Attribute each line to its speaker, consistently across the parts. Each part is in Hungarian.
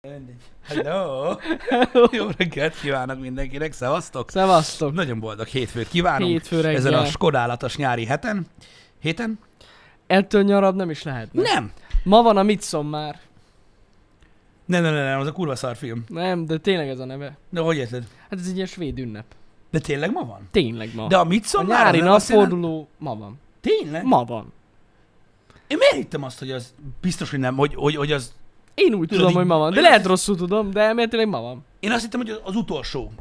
Speaker 1: Mindig.
Speaker 2: Hello! Jó reggelt kívánok mindenkinek, szevasztok!
Speaker 1: Szevasztok!
Speaker 2: Nagyon boldog hétfőt kívánunk
Speaker 1: Hétfő reggel.
Speaker 2: ezen a skodálatos nyári heten. Héten?
Speaker 1: Ettől nyarabb nem is lehetne.
Speaker 2: Nem!
Speaker 1: Ma van a Midsom már.
Speaker 2: Nem, nem, nem, nem, az a kurva szar film.
Speaker 1: Nem, de tényleg ez a neve.
Speaker 2: De hogy érted?
Speaker 1: Hát ez egy ilyen svéd ünnep.
Speaker 2: De tényleg ma van?
Speaker 1: Tényleg ma.
Speaker 2: De a
Speaker 1: a
Speaker 2: Midsommar
Speaker 1: nyári
Speaker 2: az nem azt jelent-
Speaker 1: napforduló ma van.
Speaker 2: Tényleg?
Speaker 1: Ma van.
Speaker 2: Én miért hittem azt, hogy az biztos, hogy nem, hogy, hogy, hogy az...
Speaker 1: Én
Speaker 2: Tudod,
Speaker 1: úgy tudom,
Speaker 2: így-
Speaker 1: hogy ma van. De
Speaker 2: én
Speaker 1: lehet
Speaker 2: azt-
Speaker 1: rosszul tudom, de elméletileg ma van.
Speaker 2: Én azt hittem, hogy az utolsó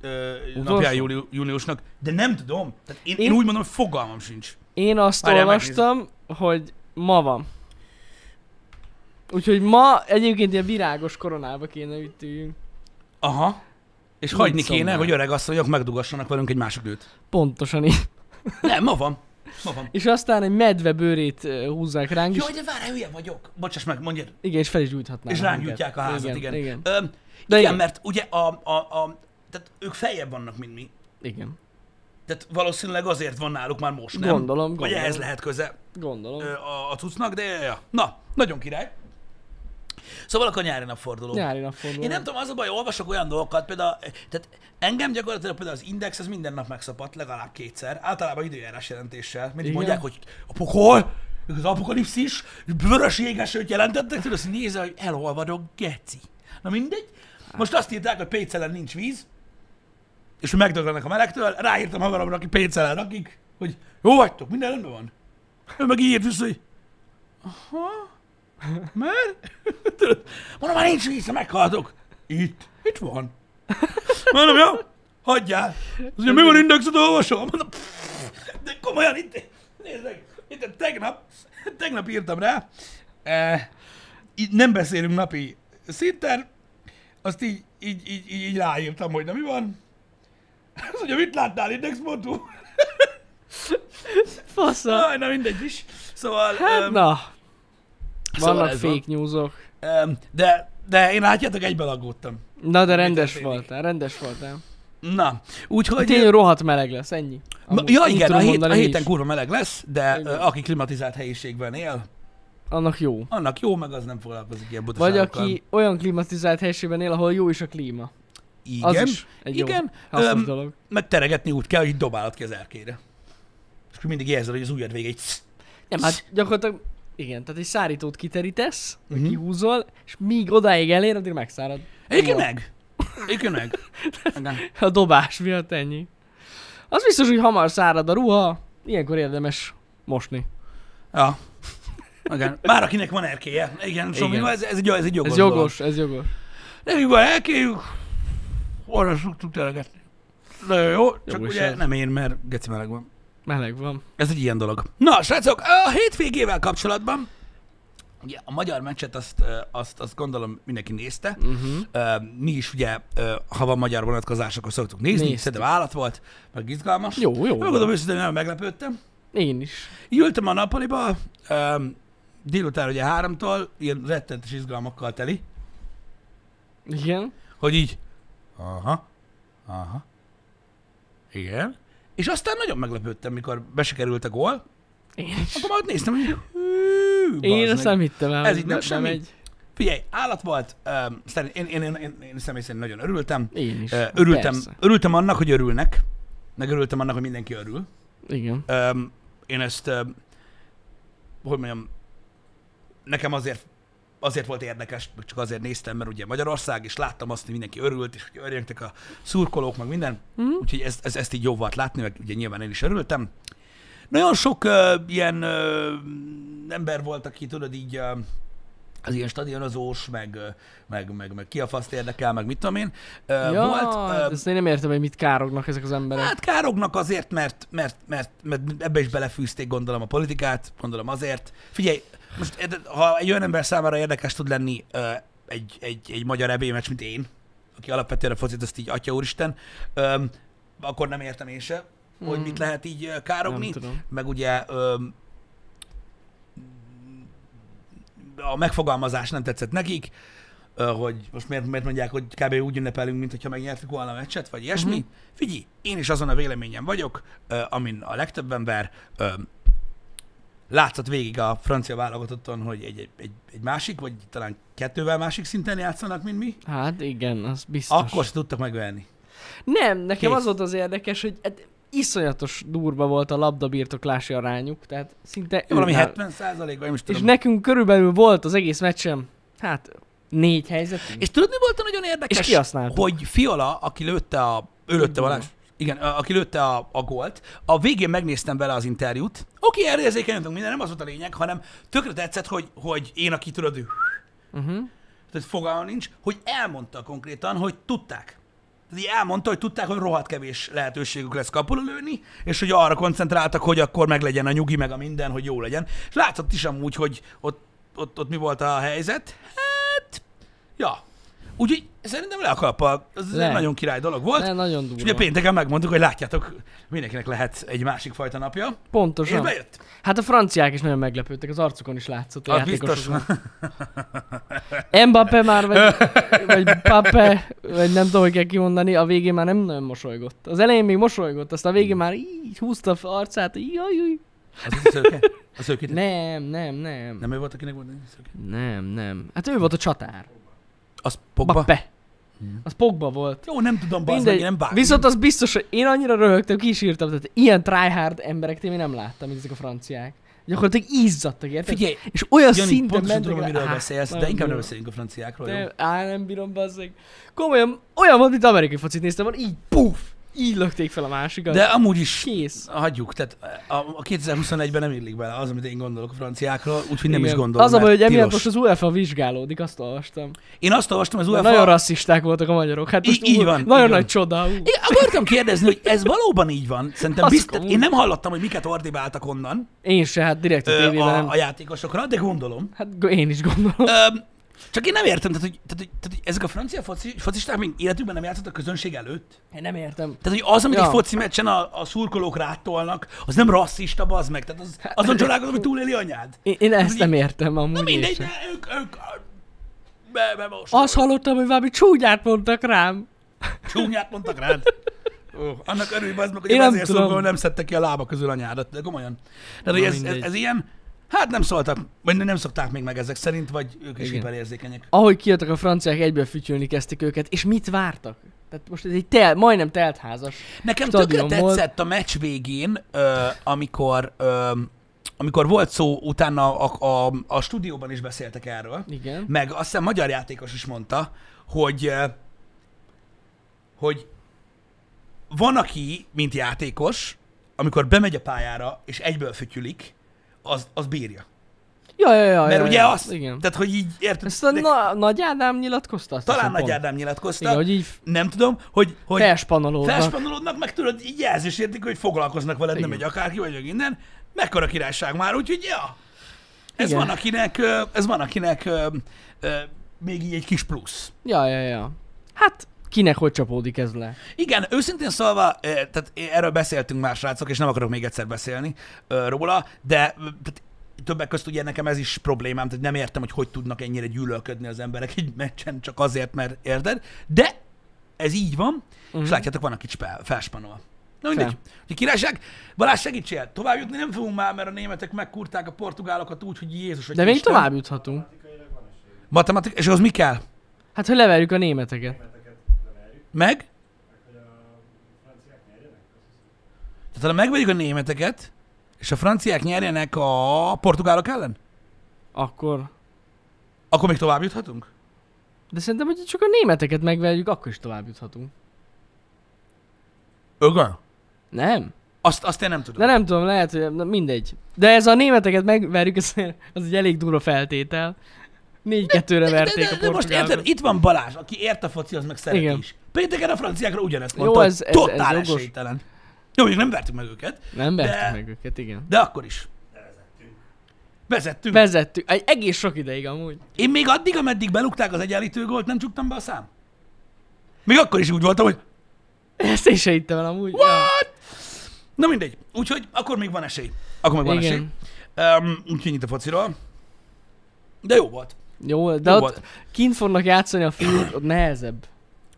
Speaker 2: Ö,
Speaker 1: Utolsó?
Speaker 2: napján júli, júniusnak, de nem tudom. Tehát én, én... én
Speaker 1: Én-
Speaker 2: úgy mondom, hogy fogalmam sincs.
Speaker 1: Én azt
Speaker 2: Várjál,
Speaker 1: olvastam, hogy ma van. Úgyhogy ma egyébként ilyen virágos koronába kéne ütüljünk.
Speaker 2: Aha. És hagyni
Speaker 1: Midsommar.
Speaker 2: kéne, hogy öreg asszonyok megdugassanak velünk egy másik nőt.
Speaker 1: Pontosan így.
Speaker 2: Nem, ma van. Ma van.
Speaker 1: És aztán egy medve bőrét ö, húzzák ránk, és,
Speaker 2: Jaj, de várj, hülye vagyok. Bocsáss meg, mondjad.
Speaker 1: igen, és fel is gyújthatnák.
Speaker 2: És
Speaker 1: minket.
Speaker 2: rángyújtják a házat, igen.
Speaker 1: Igen,
Speaker 2: Ö,
Speaker 1: De
Speaker 2: igen,
Speaker 1: igen.
Speaker 2: mert ugye a, a, a... Tehát ők feljebb vannak, mint mi.
Speaker 1: igen.
Speaker 2: Tehát valószínűleg azért van náluk már most, nem?
Speaker 1: Gondolom,
Speaker 2: Vagy
Speaker 1: gondolom.
Speaker 2: ehhez lehet köze
Speaker 1: Gondolom.
Speaker 2: ö, a, a cuccnak, de ja, ja. Na, nagyon király. Szóval akkor nyári napforduló.
Speaker 1: Nyári napforduló.
Speaker 2: Én nem tudom, az a baj, olvasok olyan dolgokat, például, tehát engem gyakorlatilag például az index, ez minden nap megszapat, legalább kétszer, általában időjárás jelentéssel. Mindig
Speaker 1: Igen.
Speaker 2: mondják, hogy a pokol, az apokalipszis, vörös jégesőt jelentettek, tudod, azt nézze, hogy elolvadok, geci. Na mindegy. Most azt írták, hogy Pécelen nincs víz, és hogy megdöglenek a melegtől, ráírtam haveromra, aki Pécelen lakik, hogy jó vagytok, minden rendben van. Ő meg így írt vissza, hogy aha, mert? Tudod, Mondom, már nincs víz, ha meghaltok. Itt, itt van. Mondom, jó, hagyjál. Azt mondja, mi van indexet olvasom? Mondom, pff, de komolyan itt, nézd meg, itt tegnap, tegnap írtam rá, e, így nem beszélünk napi szinten, azt így, így, így, így, így ráírtam, hogy na mi van. Azt mondja, mit láttál index.hu?
Speaker 1: Fasza.
Speaker 2: Aj, na mindegy is. Szóval,
Speaker 1: Hát
Speaker 2: öm,
Speaker 1: na.
Speaker 2: szóval
Speaker 1: Vannak
Speaker 2: ez
Speaker 1: fake newsok.
Speaker 2: Van. Öm, de, de én látjátok, egyben aggódtam.
Speaker 1: Na de rendes
Speaker 2: történik?
Speaker 1: voltál, rendes voltál.
Speaker 2: Na, úgyhogy...
Speaker 1: Tényleg rohadt meleg lesz, ennyi.
Speaker 2: Ma,
Speaker 1: Amúgy,
Speaker 2: ja
Speaker 1: így
Speaker 2: igen, a,
Speaker 1: tudom
Speaker 2: hét, a
Speaker 1: mondani, mi
Speaker 2: héten
Speaker 1: is.
Speaker 2: kurva meleg lesz, de
Speaker 1: Igen.
Speaker 2: ö, aki klimatizált helyiségben él,
Speaker 1: Annak jó.
Speaker 2: annak jó, meg az nem foglalkozik ilyen
Speaker 1: Vagy
Speaker 2: butaságokkal.
Speaker 1: aki olyan klimatizált helységben él, ahol jó is a klíma.
Speaker 2: Igen,
Speaker 1: Az is egy
Speaker 2: igen,
Speaker 1: jó hasznos
Speaker 2: öm,
Speaker 1: dolog.
Speaker 2: meg teregetni úgy kell, hogy így dobálod ki az erkére. És akkor mindig érzed, hogy az ujjad vége egy...
Speaker 1: Nem, hát gyakorlatilag igen, tehát egy szárítót kiterítesz,
Speaker 2: Mhm.
Speaker 1: uh-huh. kihúzol, és míg odáig elér, addig megszárad.
Speaker 2: Egyébként
Speaker 1: Jó.
Speaker 2: meg! Egyébként meg! Igen.
Speaker 1: A dobás miatt ennyi. Az biztos, hogy hamar szárad a ruha, ilyenkor érdemes mosni.
Speaker 2: Ja. Igen. Már akinek van erkéje. Igen, Somi,
Speaker 1: Igen.
Speaker 2: Ez, ez, egy, ez egy jogos
Speaker 1: Ez jogos, ez jogos.
Speaker 2: dolog. Nekünk van erkéjük, arra szoktuk teregetni. Nagyon jó, csak
Speaker 1: is
Speaker 2: ugye
Speaker 1: ez.
Speaker 2: nem én, mert geci meleg van.
Speaker 1: Meleg van.
Speaker 2: Ez egy ilyen dolog. Na, srácok, a hétvégével kapcsolatban ugye a magyar meccset azt, ö, azt, azt gondolom mindenki nézte.
Speaker 1: Uh-huh.
Speaker 2: Ö, Mi is ugye, ö, ha van magyar vonatkozás, akkor szoktuk nézni.
Speaker 1: Néztük.
Speaker 2: Szerintem állat volt, meg izgalmas.
Speaker 1: Jó, jó.
Speaker 2: Megmondom őszintén, nagyon meglepődtem.
Speaker 1: Én is.
Speaker 2: Így Ültem a nappaliba, ö, délután ugye háromtól, ilyen rettentes izgalmakkal teli,
Speaker 1: Igen.
Speaker 2: hogy így, aha, aha, igen. És aztán nagyon meglepődtem, mikor besikerült a gól,
Speaker 1: Én is.
Speaker 2: Akkor majd néztem, hogy hű,
Speaker 1: Én
Speaker 2: bazd
Speaker 1: ezt
Speaker 2: meg.
Speaker 1: nem hittem el,
Speaker 2: Ez
Speaker 1: hogy
Speaker 2: így nem
Speaker 1: be-
Speaker 2: semmi?
Speaker 1: bemegy.
Speaker 2: Figyelj, állat volt, öm, szerint- én, én, én, én, én személy szerint nagyon örültem.
Speaker 1: Én is.
Speaker 2: Ö, Örültem,
Speaker 1: Persze.
Speaker 2: örültem annak, hogy örülnek, meg örültem annak, hogy mindenki örül.
Speaker 1: Igen.
Speaker 2: Öm, Én ezt, öm, hogy mondjam, nekem azért azért volt érdekes, meg csak azért néztem, mert ugye Magyarország, és láttam azt, hogy mindenki örült, és hogy örjöntek a szurkolók, meg minden.
Speaker 1: Mhm.
Speaker 2: Úgyhogy ezt, ezt, ezt így jó volt látni, meg ugye nyilván én is örültem. Nagyon sok uh, ilyen uh, ember volt, aki tudod így uh, az ilyen stadionozós, meg, ö, meg, meg, meg ki a faszt érdekel, meg mit tudom én. Uh,
Speaker 1: ja,
Speaker 2: volt,
Speaker 1: hát
Speaker 2: ö,
Speaker 1: ezt én nem értem, hogy mit kárognak ezek az emberek.
Speaker 2: Hát kárognak azért, mert, mert, mert, mert ebbe is belefűzték, gondolom, a politikát, gondolom azért. Figyelj, most érted, ha egy olyan ember számára érdekes tud lenni ö, egy, egy, egy magyar ebémeccs, mint én, aki alapvetően a focit, azt így atya úristen, ö, akkor nem értem én se, hogy
Speaker 1: Hmm.
Speaker 2: mit lehet így ö,
Speaker 1: nem
Speaker 2: károgni.
Speaker 1: tudom.
Speaker 2: Meg ugye ö, a megfogalmazás nem tetszett nekik, ö, hogy most miért, miért mondják, hogy kb. úgy ünnepelünk, mint hogyha megnyertük volna a meccset, vagy ilyesmi.
Speaker 1: Mhm.
Speaker 2: Uh-huh. Figyelj, én is azon a véleményen vagyok, ö, amin a legtöbb ember ö, látszott végig a francia válogatotton, hogy egy, egy, egy, egy másik, vagy talán kettővel másik szinten játszanak, mint mi,
Speaker 1: Hát igen, az biztos.
Speaker 2: akkor se tudtak megölni.
Speaker 1: Nem, nekem
Speaker 2: Kész.
Speaker 1: az volt az érdekes, hogy hát, iszonyatos durva volt a labdabirtoklási arányuk, tehát szinte...
Speaker 2: Valami
Speaker 1: őnál-
Speaker 2: 70 százalék, vagy most
Speaker 1: És
Speaker 2: tudom.
Speaker 1: nekünk körülbelül volt az egész meccsem, hát négy helyzet.
Speaker 2: És tudod, mi volt a nagyon érdekes?
Speaker 1: Mm. És kihasználtuk. Mm.
Speaker 2: Hogy Fiola, aki lőtte a... Ő lőtte Balázs? Igen, a- aki lőtte a, a gólt, a végén megnéztem vele az interjút. Oké, erre érzékenyültünk minden, nem az volt a lényeg, hanem tökre tetszett, hogy, hogy én, aki tudod, ő,
Speaker 1: Uh-huh.
Speaker 2: tehát fogalma nincs, hogy elmondta konkrétan, hogy tudták. Tehát így elmondta, hogy tudták, hogy rohadt kevés lehetőségük lesz kapul lőni, és hogy arra koncentráltak, hogy akkor meglegyen a nyugi, meg a minden, hogy jó legyen. És látszott is amúgy, hogy ott, ott, ott mi volt a helyzet. Hát, ja. Úgyhogy szerintem le a kalappal. Ez
Speaker 1: Le.
Speaker 2: egy nagyon király dolog volt.
Speaker 1: De nagyon
Speaker 2: És
Speaker 1: durva.
Speaker 2: ugye pénteken megmondtuk, hogy látjátok, mindenkinek lehet egy másik fajta napja. És
Speaker 1: Pontosan.
Speaker 2: bejött.
Speaker 1: Hát a franciák is nagyon meglepődtek, az arcukon is látszott a
Speaker 2: Az biztos.
Speaker 1: játékosokon. Mbappé már, vagy, vagy Pape, vagy nem tudom, hogy kell kimondani, a végén már nem nagyon mosolygott. Az elején még mosolygott, aztán a végén már így húzta a arcát, így, jaj, jaj.
Speaker 2: Az a szőke? A szőke?
Speaker 1: Nem, nem, nem.
Speaker 2: Nem ő volt, akinek volt a szőke?
Speaker 1: Nem, nem. Hát ő volt a csatár.
Speaker 2: Az Pogba?
Speaker 1: Pape. Az Pogba volt.
Speaker 2: Jó, nem tudom, bazd meg,
Speaker 1: Mindegy.
Speaker 2: én nem vágom.
Speaker 1: Viszont az biztos, hogy én annyira röhögtem, ki is írtam, tehát ilyen tryhard emberek én még nem láttam, mint ezek a franciák. Gyakorlatilag izzadtak, érted?
Speaker 2: Figyelj,
Speaker 1: és olyan
Speaker 2: Jani,
Speaker 1: szinten
Speaker 2: pontosan
Speaker 1: mentek
Speaker 2: tudom,
Speaker 1: le-
Speaker 2: miről
Speaker 1: Á,
Speaker 2: beszélsz, de
Speaker 1: nagyon
Speaker 2: inkább nem
Speaker 1: durva.
Speaker 2: beszéljünk a franciákról, jó?
Speaker 1: De, á, nem bírom, bazzeg. Komolyan, olyan volt, mint amerikai focit néztem, van így, puf, így lökték fel a másikat.
Speaker 2: De amúgy is
Speaker 1: Kész.
Speaker 2: hagyjuk, tehát a, a 2021-ben nem illik bele az, amit én gondolok a franciákról, úgyhogy nem
Speaker 1: Igen.
Speaker 2: is gondolom,
Speaker 1: Az a baj,
Speaker 2: mert
Speaker 1: hogy emiatt
Speaker 2: tilos.
Speaker 1: most az UEFA vizsgálódik, azt olvastam.
Speaker 2: Én azt olvastam, az
Speaker 1: UEFA...
Speaker 2: UEFA...
Speaker 1: Nagyon rasszisták voltak a magyarok. Hát most
Speaker 2: Í- így
Speaker 1: ú-
Speaker 2: van,
Speaker 1: Nagyon
Speaker 2: így
Speaker 1: nagy
Speaker 2: van.
Speaker 1: csoda. Ú.
Speaker 2: Igen, akartam kérdezni, hogy ez valóban így van. Szerintem
Speaker 1: Azt
Speaker 2: biztos,
Speaker 1: komolyan.
Speaker 2: én nem hallottam, hogy miket ordibáltak onnan
Speaker 1: Én se, hát direkt a
Speaker 2: ö,
Speaker 1: tévében.
Speaker 2: a,
Speaker 1: nem.
Speaker 2: a játékosokra, de gondolom.
Speaker 1: Hát g- én is gondolom.
Speaker 2: Öm, csak én nem értem, tehát hogy, tehát, hogy, tehát, hogy ezek a francia foci, focisták még életükben nem játszottak közönség előtt.
Speaker 1: Én nem értem.
Speaker 2: Tehát, hogy az, amit
Speaker 1: Ja.
Speaker 2: ja. egy foci meccsen a, a szurkolók rátolnak, az nem rasszista, az meg. Tehát az, azon csodálkozom, hogy túléli anyád.
Speaker 1: Én, én ezt
Speaker 2: így-
Speaker 1: Hát, nem értem amúgy.
Speaker 2: Na
Speaker 1: én
Speaker 2: mindegy,
Speaker 1: sem.
Speaker 2: de ők, ők, be, be most.
Speaker 1: Azt hallottam, hogy valami csúnyát mondtak rám.
Speaker 2: Csúnyát mondtak rád. Ó, annak örülj, az meg, hogy
Speaker 1: Én
Speaker 2: nem
Speaker 1: nem
Speaker 2: azért
Speaker 1: tudom.
Speaker 2: szurkoló nem szedte ki a lába közül anyádat, de komolyan. De hogy
Speaker 1: Na
Speaker 2: ez, ez,
Speaker 1: mindegy.
Speaker 2: ez, ilyen, hát nem szóltak, vagy nem szokták még meg ezek szerint, vagy ők is
Speaker 1: Igen.
Speaker 2: hiperérzékenyek.
Speaker 1: Ahogy kijöttek a franciák, egyből fütyülni kezdték őket, és mit vártak? Tehát most ez egy tel, majdnem teltházas.
Speaker 2: Nekem tökre
Speaker 1: stadion volt.
Speaker 2: tetszett a meccs végén, ö, amikor, ö, amikor volt szó, utána a, a, a stúdióban is beszéltek erről,
Speaker 1: Igen.
Speaker 2: Meg azt hiszem magyar játékos is mondta, hogy, eh, hogy van, aki, mint játékos, amikor bemegy a pályára, és egyből fütyülik, az, az bírja.
Speaker 1: Ja, ja, ja.
Speaker 2: Mert
Speaker 1: ja,
Speaker 2: ugye
Speaker 1: ja.
Speaker 2: azt,
Speaker 1: Igen.
Speaker 2: tehát hogy így, érted?
Speaker 1: Ezt a
Speaker 2: de
Speaker 1: na- Nagy Ádám nyilatkozta? Azt
Speaker 2: talán
Speaker 1: hiszem,
Speaker 2: Nagy
Speaker 1: pont.
Speaker 2: Ádám nyilatkozta,
Speaker 1: Igen, hogy így
Speaker 2: nem tudom, hogy, hogy
Speaker 1: felspanolódnak.
Speaker 2: felspanolódnak, meg tudod, így jelzés értik, hogy foglalkoznak veled, nem
Speaker 1: Igen.
Speaker 2: egy akárki vagyok innen, mekkora királyság már, úgyhogy ja. Ez
Speaker 1: Igen.
Speaker 2: van, akinek, ö, ez van, akinek ö, ö, még így egy kis plusz.
Speaker 1: Ja, ja, ja. Hát, kinek hogy csapódik ez le?
Speaker 2: Igen, őszintén szólva, eh, tehát erről beszéltünk már, srácok, és nem akarok még egyszer beszélni ö, róla, de ö, tehát többek között ugye nekem ez is problémám, tehát nem értem, hogy hogy tudnak ennyire gyűlölködni az emberek egy meccsen, csak azért, mert érted, de ez így van, uh-huh. és látjátok, van, aki spel- felspanol. Na mindegy.
Speaker 1: Mhm. Fel.
Speaker 2: Fel. Királyság, Balázs segítsél, tovább jutni nem fogunk már, mert a németek megkurták a portugálokat úgy, hogy Jézus, hogy
Speaker 1: De még tovább juthatunk.
Speaker 2: Matematik, és az mi kell?
Speaker 1: Hát, hogy leverjük a németeket.
Speaker 2: Meg? Tehát ha megvegyük a németeket, és a franciák nyerjenek a portugálok ellen,
Speaker 1: Akkor...
Speaker 2: akkor még tovább juthatunk?
Speaker 1: De szerintem, hogy csak a németeket megverjük, akkor is tovább juthatunk.
Speaker 2: Öga?
Speaker 1: Nem?
Speaker 2: Azt, azt én nem tudom.
Speaker 1: De nem tudom, lehet, hogy na, mindegy. De ez a németeket megverjük, ez, az egy elég durva feltétel. Négy-kettőre
Speaker 2: de, de,
Speaker 1: verték
Speaker 2: de,
Speaker 1: a
Speaker 2: de most érted,
Speaker 1: portugálokat.
Speaker 2: itt van Balázs, aki ért a focihoz, meg szereti
Speaker 1: Igen.
Speaker 2: is. Pénteken a franciákra ugyanezt
Speaker 1: Jó,
Speaker 2: mondta, Jó,
Speaker 1: ez-
Speaker 2: ez,
Speaker 1: ez- ez
Speaker 2: totál
Speaker 1: jogos.
Speaker 2: esélytelen. Jó, még nem vertük meg őket,
Speaker 1: Nem vertük
Speaker 2: De-
Speaker 1: meg őket, igen.
Speaker 2: de akkor is. Vezettünk. Vezettünk.
Speaker 1: Vezettük, egy egész sok ideig amúgy.
Speaker 2: Én még addig, ameddig belukták az egyenlítő gólt, nem csuktam be a szám. Még akkor is úgy voltam, hogy
Speaker 1: Ezt én se hittem el amúgy.
Speaker 2: What? Na mindegy. Úgyhogy akkor még van esély. Akkor még van
Speaker 1: Igen.
Speaker 2: Igen. esély. Um, úgyhogy nyit a fociról. De jó volt.
Speaker 1: Jó, de
Speaker 2: Jó
Speaker 1: ott
Speaker 2: volt.
Speaker 1: kint fognak játszani a fiúk, ott nehezebb.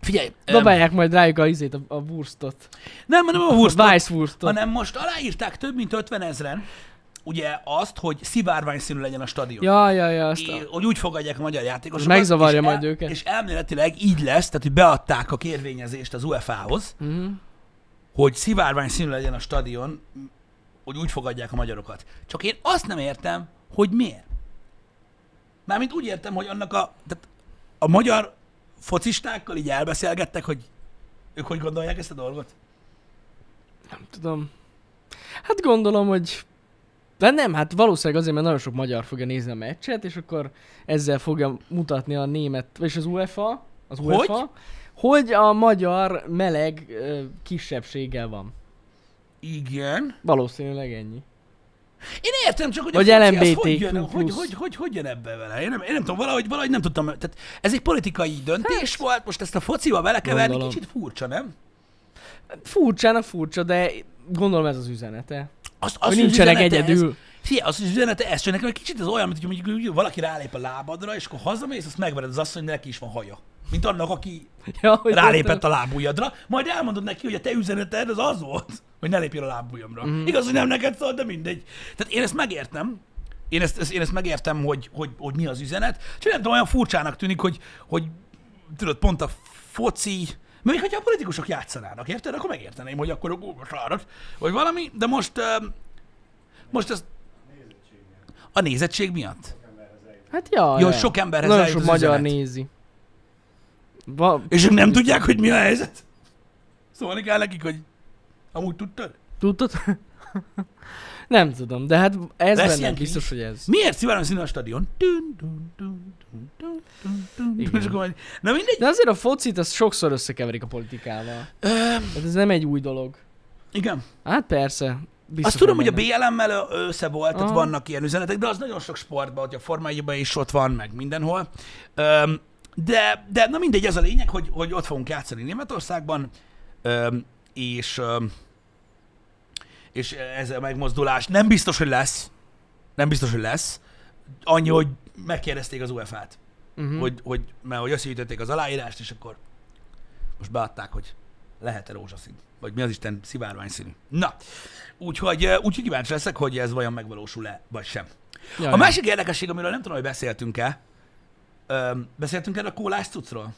Speaker 2: Figyelj. Um,
Speaker 1: Dobálják majd rájuk a izét, a, a wurstot.
Speaker 2: nem, nem a
Speaker 1: A
Speaker 2: Wurstot,
Speaker 1: Weiss wurstot.
Speaker 2: hanem most aláírták több mint 50 ezren ugye azt, hogy szivárvány színű legyen a stadion.
Speaker 1: Ja, ja, ja, azt
Speaker 2: Í-
Speaker 1: a...
Speaker 2: hogy úgy fogadják a magyar játékosokat.
Speaker 1: Ez megzavarja
Speaker 2: és
Speaker 1: majd
Speaker 2: el-
Speaker 1: őket.
Speaker 2: És elméletileg így lesz, tehát hogy beadták a kérvényezést az UEFA-hoz,
Speaker 1: Mhm.
Speaker 2: hogy szivárvány színű legyen a stadion, m- hogy úgy fogadják a magyarokat. Csak én azt nem értem, hogy miért. Mármint úgy értem, hogy annak a... Tehát a magyar focistákkal így elbeszélgettek, hogy ők hogy gondolják ezt a dolgot?
Speaker 1: Nem tudom. Hát gondolom, hogy... De nem, hát valószínűleg azért, mert nagyon sok magyar fogja nézni a meccset, és akkor ezzel fogja mutatni a német, és az UEFA, az
Speaker 2: Hogy?
Speaker 1: UEFA, hogy, hogy a magyar meleg ö, kisebbséggel van.
Speaker 2: Igen.
Speaker 1: Valószínűleg ennyi.
Speaker 2: Én értem csak, hogy
Speaker 1: Vagy
Speaker 2: a foci az
Speaker 1: LMBTQ+.
Speaker 2: hogy, jön, hogy, hogy, hogy, hogy jön ebbe vele. Én nem, én nem tudom, valahogy, valahogy nem tudtam. Tehát ez egy politikai döntés volt, most ezt a fociba belekeverni
Speaker 1: Hát. Gondolom.
Speaker 2: kicsit furcsa, nem?
Speaker 1: Furcsának furcsa, de gondolom ez az üzenete.
Speaker 2: Azt,
Speaker 1: Hogy
Speaker 2: az
Speaker 1: nincsenek
Speaker 2: üzenete
Speaker 1: egyedül.
Speaker 2: Ez, fia, az az üzenete ez, csak nekem egy kicsit az olyan, mint hogy mondjuk úgy valaki rálép a lábadra, és akkor hazamész, azt megvered az asszony, neki is van haja. Mint annak, aki
Speaker 1: Ja, hogy
Speaker 2: rálépett a lábujjadra, majd elmondod neki, hogy a te üzeneted az az volt, hogy ne lépjél a lábujjamra. Mm. Igaz, hogy nem neked szól, de mindegy. Tehát én ezt megértem, én ezt, ezt, én ezt megértem, hogy, hogy, hogy mi az üzenet, csak nem tudom, olyan furcsának tűnik, hogy, hogy tudod, pont a foci, még hogyha a politikusok játszanának, érted? Akkor megérteném, hogy akkor a gógosárat, vagy valami, de most, öm, most ez a nézettség miatt.
Speaker 1: Hát ja,
Speaker 2: Jó,
Speaker 1: ja.
Speaker 2: sok emberhez
Speaker 1: Nagyon
Speaker 2: eljut
Speaker 1: sok
Speaker 2: az
Speaker 1: magyar
Speaker 2: üzenet.
Speaker 1: nézi. Va,
Speaker 2: És ők nem tudják, hogy mi a helyzet? Szólni kell nekik, hogy amúgy tudtad?
Speaker 1: tudtad? nem tudom, de hát ez
Speaker 2: Lesz
Speaker 1: benne
Speaker 2: ilyen
Speaker 1: biztos,
Speaker 2: kis?
Speaker 1: hogy ez.
Speaker 2: Miért szivárvány színű a stadion? Dün, dün, dün, dün, dün, dün, dün, dün.
Speaker 1: Igen.
Speaker 2: És akkor majd- Na mindegy.
Speaker 1: De azért a focit azt sokszor összekeverik a politikával.
Speaker 2: Ö,
Speaker 1: Tehát ez nem egy új dolog.
Speaker 2: igen.
Speaker 1: Hát persze. Biztos
Speaker 2: Azt tudom, hogy
Speaker 1: van
Speaker 2: a
Speaker 1: benne.
Speaker 2: BLM-mel ö- össze volt, tehát
Speaker 1: Aha.
Speaker 2: vannak ilyen üzenetek, de az nagyon sok sportban, hogy a formájában is ott van, meg mindenhol. Öm, de, de na mindegy, ez a lényeg, hogy, hogy ott fogunk játszani Németországban, öm, és, öm, és ez a megmozdulás nem biztos, hogy lesz. Nem biztos, hogy lesz. Annyi, hogy megkérdezték az UEFA-t.
Speaker 1: Mhm.
Speaker 2: hogy, hogy, mert hogy összeütötték az aláírást, és akkor most beadták, hogy lehet-e rózsaszín. Vagy mi az Isten szivárvány színű. Na, úgyhogy, eh, úgyhogy kíváncsi leszek, hogy ez vajon megvalósul-e, vagy sem.
Speaker 1: Jaj,
Speaker 2: A másik érdekesség, amiről nem tudom, hogy beszéltünk-e, öm, beszéltünk erről a kólás cuccról?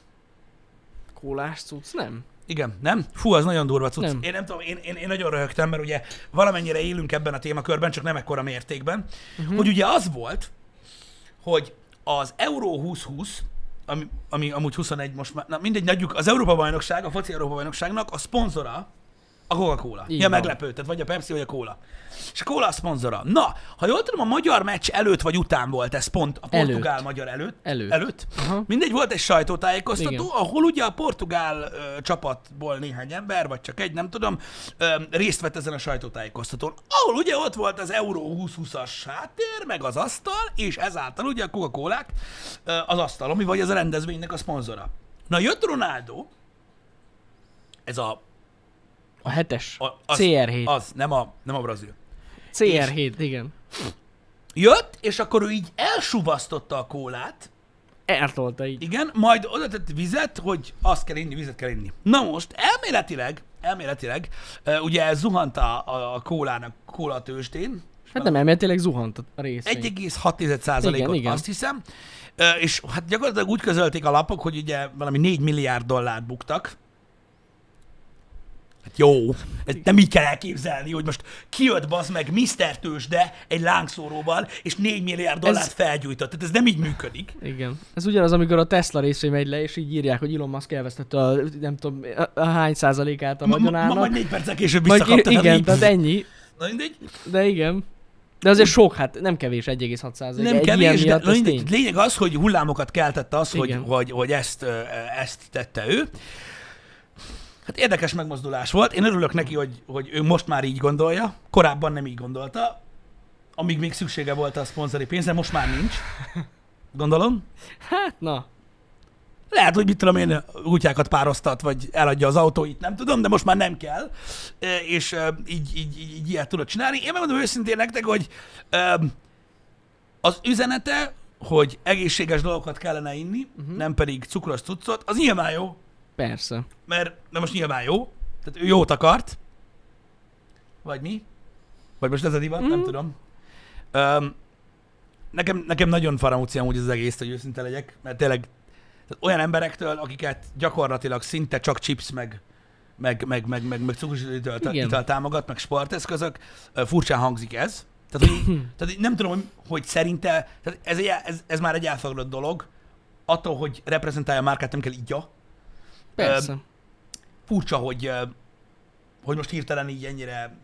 Speaker 1: Kólás cucc, nem?
Speaker 2: Igen, nem? Fú, az nagyon durva cucc.
Speaker 1: Nem.
Speaker 2: Én nem tudom, én, én, én nagyon röhögtem, mert ugye valamennyire élünk ebben a témakörben, csak nem ekkora mértékben,
Speaker 1: Mhm.
Speaker 2: uh-huh. hogy ugye az volt, hogy az Euró 2020, ami, ami amúgy 21 most már, na mindegy, nagyjuk, az Európa-bajnokság, a foci Európa-bajnokságnak a szponzora a Coca-Cola.
Speaker 1: Így
Speaker 2: Ilyen
Speaker 1: van.
Speaker 2: meglepő, tehát vagy a Pepsi, vagy a Cola. És a Cola a szponzora. Na, ha jól tudom, a magyar meccs előtt vagy után volt ez pont, a
Speaker 1: Előtt.
Speaker 2: portugál-magyar előtt.
Speaker 1: Előtt.
Speaker 2: előtt.
Speaker 1: Aha.
Speaker 2: Mindegy, volt egy sajtótájékoztató,
Speaker 1: Igen.
Speaker 2: ahol ugye a portugál ö, csapatból néhány ember, vagy csak egy, nem tudom, ö, részt vett ezen a sajtótájékoztatón, ahol ugye ott volt az Euró 2020-as sátér, meg az asztal, és ezáltal ugye a coca cola az asztal, ami vagy az a rendezvénynek a szponzora. Na jött Ronaldo, ez a...
Speaker 1: A hetes.
Speaker 2: a az,
Speaker 1: CR7.
Speaker 2: Az, nem a, nem a brazil.
Speaker 1: CR7, igen.
Speaker 2: Jött, és akkor ő így elsuvasztotta a kólát,
Speaker 1: Eltolta így.
Speaker 2: Igen, majd oda tett vizet, hogy azt kell inni, vizet kell inni. Na most, elméletileg, elméletileg, ö, ugye zuhant a, a, a kólának kóla tőstén,
Speaker 1: Hát nem, elméletileg zuhant a részvény.
Speaker 2: 1,6%-ot, igen,
Speaker 1: Igen, igen.
Speaker 2: azt hiszem, Ö, és hát gyakorlatilag úgy közölték a lapok, hogy ugye valami 4 milliárd dollárt buktak. Hát jó, ezt nem így kell elképzelni, hogy most kijött bazd meg Mr. Tősde egy lángszóróval, és 4 milliárd dollárt
Speaker 1: Ez-
Speaker 2: felgyújtott. Tehát ez nem így működik.
Speaker 1: Igen. Ez ugyanaz, amikor a Tesla részvény megy le, és így írják, hogy Elon Musk elvesztette a nem tudom a, a hány százalékát a
Speaker 2: Ma- ma- Ma, majd
Speaker 1: vagyonának.
Speaker 2: négy perccel később
Speaker 1: Majd
Speaker 2: visszakapta.
Speaker 1: í- igen, tehát ennyi.
Speaker 2: Na mindegy.
Speaker 1: De igen. De azért sok, hát nem kevés, 1,6 százalék.
Speaker 2: Nem
Speaker 1: Egy ilyen
Speaker 2: kevés, de
Speaker 1: miatt,
Speaker 2: na
Speaker 1: ez
Speaker 2: mindegy.
Speaker 1: tény.
Speaker 2: Lényeg az, hogy hullámokat keltette az, hogy,
Speaker 1: Igen.
Speaker 2: hogy, hogy ezt, ö, ezt tette ő. Hát érdekes megmozdulás volt. Én örülök neki, hogy, hogy ő most már így gondolja. Korábban nem így gondolta. Amíg még szüksége volt a szponzori pénzre, most már nincs. Gondolom.
Speaker 1: Hát na,
Speaker 2: Lehet, hogy mit tudom én, kutyákat pároztat, vagy eladja az autóit, nem tudom, de most már nem kell, Ö, és ö, így, így, így, így ilyet tudod csinálni. Én megmondom őszintén nektek, hogy öm, az üzenete, hogy egészséges dolgokat kellene inni, uh-huh. nem pedig cukros cuccot, az nyilván jó,
Speaker 1: persze.
Speaker 2: mert de most nyilván jó, tehát ő jót akart, vagy mi, vagy most ez a divat, mm. nem tudom. Öm, nekem, nekem nagyon faramúci amúgy ez az egész, hogy őszinte legyek, mert tényleg tehát olyan emberektől, akiket gyakorlatilag szinte csak chips, meg, meg, meg, meg, meg, meg cukros ital-
Speaker 1: Igen.
Speaker 2: ital támogat, meg sporteszközök, ö, furcsán hangzik ez. Tehát, hogy, így- tehát így nem tudom, hogy, hogy szerinte, tehát ez, egy, ez, ez már egy elfogadott dolog, attól, hogy reprezentálja a márkát, nem kell igya.
Speaker 1: Persze.
Speaker 2: furcsa, hogy, ö, hogy most hirtelen így ennyire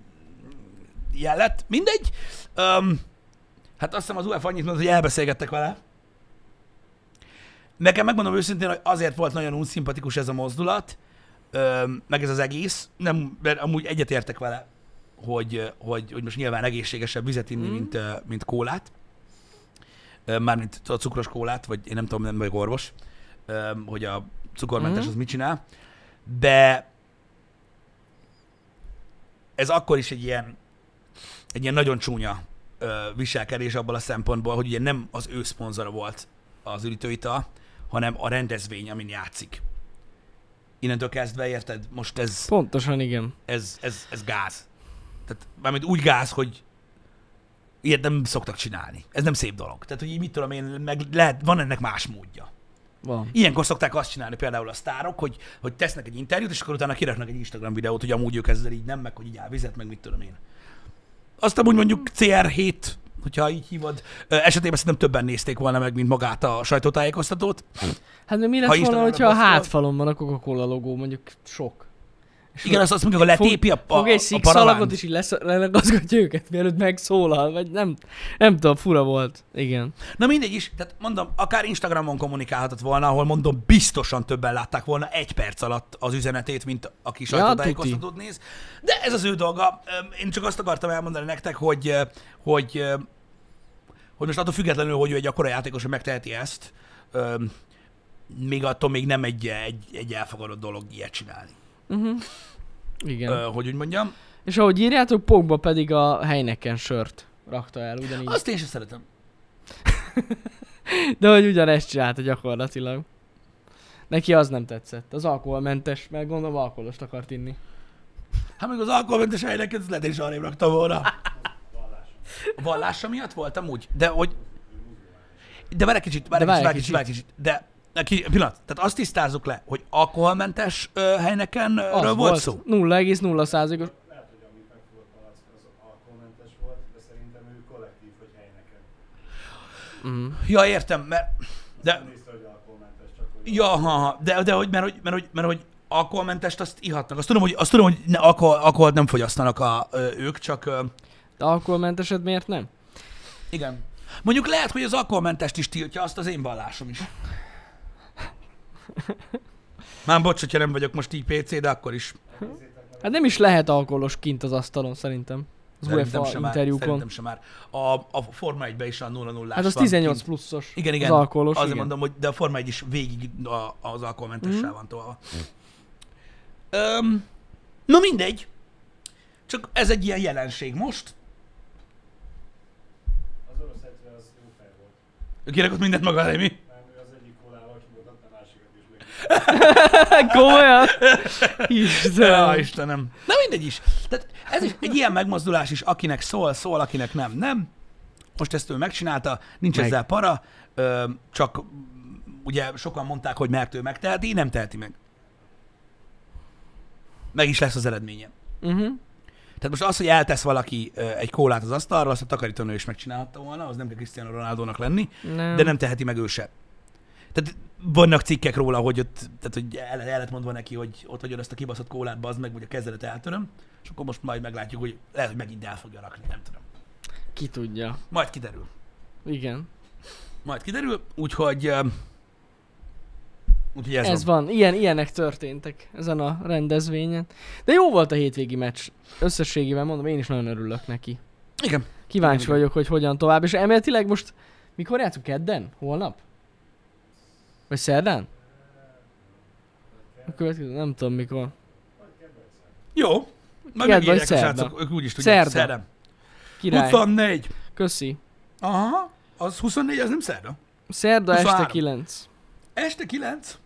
Speaker 2: ilyen lett. Mindegy. Um, hát azt hiszem az UEFA annyit mondott, hogy elbeszélgettek vele. Nekem megmondom őszintén, hogy azért volt nagyon unszimpatikus ez a mozdulat, öm, meg ez az egész, nem, mert amúgy egyetértek vele, hogy, ö, hogy, hogy most nyilván egészségesebb vizet inni,
Speaker 1: Mm.
Speaker 2: mm. mint, ö, mint kólát. Ö, Mármint a cukros kólát, vagy én nem tudom, nem vagyok orvos, öm, hogy a cukormentes
Speaker 1: Mhm.
Speaker 2: az mit csinál. De ez akkor is egy ilyen, egy ilyen nagyon csúnya ö, viselkedés abból a szempontból, hogy ugye nem az ő szponzora volt az üdítőital, hanem a rendezvény, amin játszik. Innentől kezdve, érted, most ez,
Speaker 1: Pontosan igen.
Speaker 2: ez, ez, ez gáz. Tehát mármint úgy gáz, hogy ilyet nem szoktak csinálni. Ez nem szép dolog. Tehát, hogy így mit tudom én, meg lehet, van ennek más módja.
Speaker 1: Van.
Speaker 2: Ilyenkor szokták azt csinálni például a sztárok, hogy, hogy tesznek egy interjút, és akkor utána kiraknak egy Instagram videót, hogy amúgy ők ezzel így nem, meg hogy így elvizet, meg mit tudom én. Azt amúgy mondjuk CR7, hogyha így hívod, ö, esetében szerintem többen nézték volna meg, mint magát a sajtótájékoztatót.
Speaker 1: Hát mert mi
Speaker 2: Ha
Speaker 1: lett volna,
Speaker 2: Instagramra
Speaker 1: hogyha a
Speaker 2: posztol?
Speaker 1: hátfalon van a Coca-Cola logó, mondjuk sok. És
Speaker 2: Igen, azt, azt mondjuk, hogy letépi a, a,
Speaker 1: Fog egy
Speaker 2: a
Speaker 1: szikszalagot,
Speaker 2: paravánt.
Speaker 1: és így lesz, lelagazgatja őket, mielőtt megszólal, vagy nem, nem tudom, fura volt. Igen.
Speaker 2: Na mindegy is, tehát mondom, akár Instagramon kommunikálhatott volna, ahol mondom, biztosan többen látták volna egy perc alatt az üzenetét, mint aki
Speaker 1: Ja,
Speaker 2: sajtótájékoztatót néz. De ez az ő dolga. Öm, Én csak azt akartam elmondani nektek, hogy, ö, hogy, ö, hogy most attól függetlenül, hogy ő egy akkora játékos, hogy megteheti ezt, öm, még attól még nem egy, egy, egy elfogadott dolog ilyet csinálni.
Speaker 1: Uh-huh. Igen.
Speaker 2: Ö, hogy úgy mondjam.
Speaker 1: És ahogy írjátok, Pogba pedig a helyneken sört rakta el, ugyanígy.
Speaker 2: Azt én sem szeretem.
Speaker 1: De hogy ugyanezt csinálta gyakorlatilag. Neki az nem tetszett. Az alkoholmentes, mert gondolom alkoholost akart inni.
Speaker 2: Hát még az alkoholmentes helyeket lehet, és arrébb raktam volna. A vallása miatt voltam úgy, de hogy... De várj egy kicsit, várj
Speaker 1: De
Speaker 2: egy kicsit, várj egy
Speaker 1: várj egy
Speaker 2: kicsit, várj egy kicsit. De neki, pillanat, tehát azt tisztázzuk le, hogy alkoholmentes ö, helyneken ö,
Speaker 1: Az
Speaker 2: ről volt szó.
Speaker 1: 0,0 százalékos.
Speaker 3: Lehet, hogy amit megfogott Palackán, az alkoholmentes volt, de szerintem ő kollektív, hogy helyneken.
Speaker 1: Mm.
Speaker 2: Ja, értem, mert... De,
Speaker 3: Nem nézte, hogy alkoholmentes, csak hogy...
Speaker 2: ja, ha, ha, de, de hogy, mert, hogy, mert, hogy, mert, hogy alkoholmentest azt ihatnak. Azt tudom, hogy, azt tudom, hogy ne, alkohol, alkoholt nem fogyasztanak a, ö, ők, csak... Ö,
Speaker 1: De alkoholmenteset miért nem?
Speaker 2: igen. Mondjuk lehet, hogy az alkoholmentest is tiltja, azt az én vallásom is. Már bocs, hogyha nem vagyok most így PC, de akkor is.
Speaker 1: Hát nem is lehet alkoholos kint az asztalon szerintem. Az
Speaker 2: Szerintem
Speaker 1: UEFA
Speaker 2: sem már.
Speaker 1: interjúkon.
Speaker 2: Szerintem sem már. A, a Forma 1 is a 0 0
Speaker 1: Hát az 18 pluszos.
Speaker 2: Igen, igen.
Speaker 1: Az alkoholos,
Speaker 2: Azért
Speaker 1: igen.
Speaker 2: mondom, hogy de a Forma 1 is végig a, az alkoholmentessel
Speaker 1: Mhm.
Speaker 2: van tolva. Um, na mindegy. Csak ez egy ilyen jelenség most.
Speaker 3: Az orosz edző az jó fej volt.
Speaker 2: Kérek ott mindent maga elé, mi?
Speaker 3: Nem, ő az egyik kolával kimutatta a másikat is még.
Speaker 1: Komolyan?
Speaker 2: Ja,
Speaker 1: Istenem.
Speaker 2: Istenem. Na mindegy is. Tehát ez is egy ilyen megmozdulás is, akinek szól, szól, akinek nem, nem. Most ezt ő megcsinálta, nincs
Speaker 1: Meg.
Speaker 2: Meg. ezzel para, ö, csak mm, ugye sokan mondták, hogy mert ő megteheti, nem teheti meg. Meg is lesz az eredménye.
Speaker 1: Uh-huh.
Speaker 2: Tehát most az, hogy eltesz valaki ö, egy kólát az asztalra, azt a takarítónő is megcsinálhatta volna, az nem kell Cristiano Ronaldónak lenni,
Speaker 1: Nem.
Speaker 2: de nem teheti meg ő se. Tehát vannak cikkek róla, hogy ott, tehát hogy el, el lett mondva neki, hogy ott hagyod ezt a kibaszott kólát, bazd meg, vagy a kezedet eltöröm, és akkor most majd meglátjuk, hogy lehet, hogy megint el fogja rakni, nem tudom.
Speaker 1: Ki tudja.
Speaker 2: Majd kiderül.
Speaker 1: Igen.
Speaker 2: Majd kiderül, úgyhogy... ö, Úgyhogy ez,
Speaker 1: Ez,
Speaker 2: ez van.
Speaker 1: van. Ilyen, ilyenek történtek ezen a rendezvényen. De jó volt a hétvégi meccs. Összességében mondom, én is nagyon örülök neki.
Speaker 2: Igen.
Speaker 1: Kíváncsi
Speaker 2: Igen, igen.
Speaker 1: vagyok, hogy hogyan tovább. És elméletileg most, mikor játszunk? Kedden? Holnap? Vagy szerdán? A következő, nem tudom mikor.
Speaker 2: Jó. Majd
Speaker 1: Kedd
Speaker 2: megírják a
Speaker 1: vagy szerda.
Speaker 2: srácok, ők úgy is tudják.
Speaker 1: Szerda.
Speaker 2: Szerda.
Speaker 1: Király.
Speaker 2: 24.
Speaker 1: Köszi.
Speaker 2: Aha. Az 24, az nem szerda.
Speaker 1: Szerda este
Speaker 2: 23.
Speaker 1: 9.
Speaker 2: Este kilenc.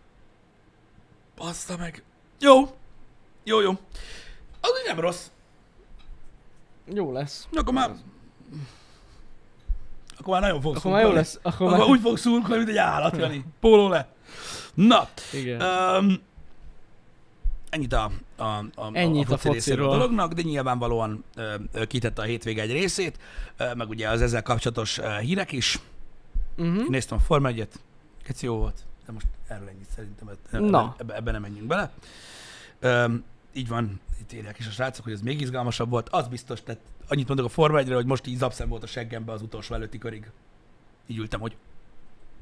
Speaker 2: Bassza meg. Jó. Jó, jó. Az úgy nem rossz.
Speaker 1: Jó lesz.
Speaker 2: Na, Akkor már... Akkor már nagyon fogsz
Speaker 1: Akkor már jó lesz. Akkor
Speaker 2: Akkor
Speaker 1: már...
Speaker 2: úgy fogsz szurkolni, mint egy állat, Jani. Póló le. Na,
Speaker 1: Igen.
Speaker 2: Um, ennyit a, a, a,
Speaker 1: Ennyit a
Speaker 2: foci részéről
Speaker 1: fociról.
Speaker 2: a dolognak, de nyilvánvalóan ö, ö, kitette a hétvége egy részét, ö, meg ugye az ezzel kapcsolatos ö, hírek is.
Speaker 1: Mhm.
Speaker 2: Én néztem a Forma 1 keci jó volt, de most erről ennyit szerintem e- e-
Speaker 1: Na.
Speaker 2: ebbe, ebbe nem menjünk bele. Um, így van, itt írják is a srácok, hogy ez még izgalmasabb volt, az biztos, tehát annyit mondok a Forma 1 hogy most így zapszem volt a seggembe az utolsó előtti körig. Így ültem, hogy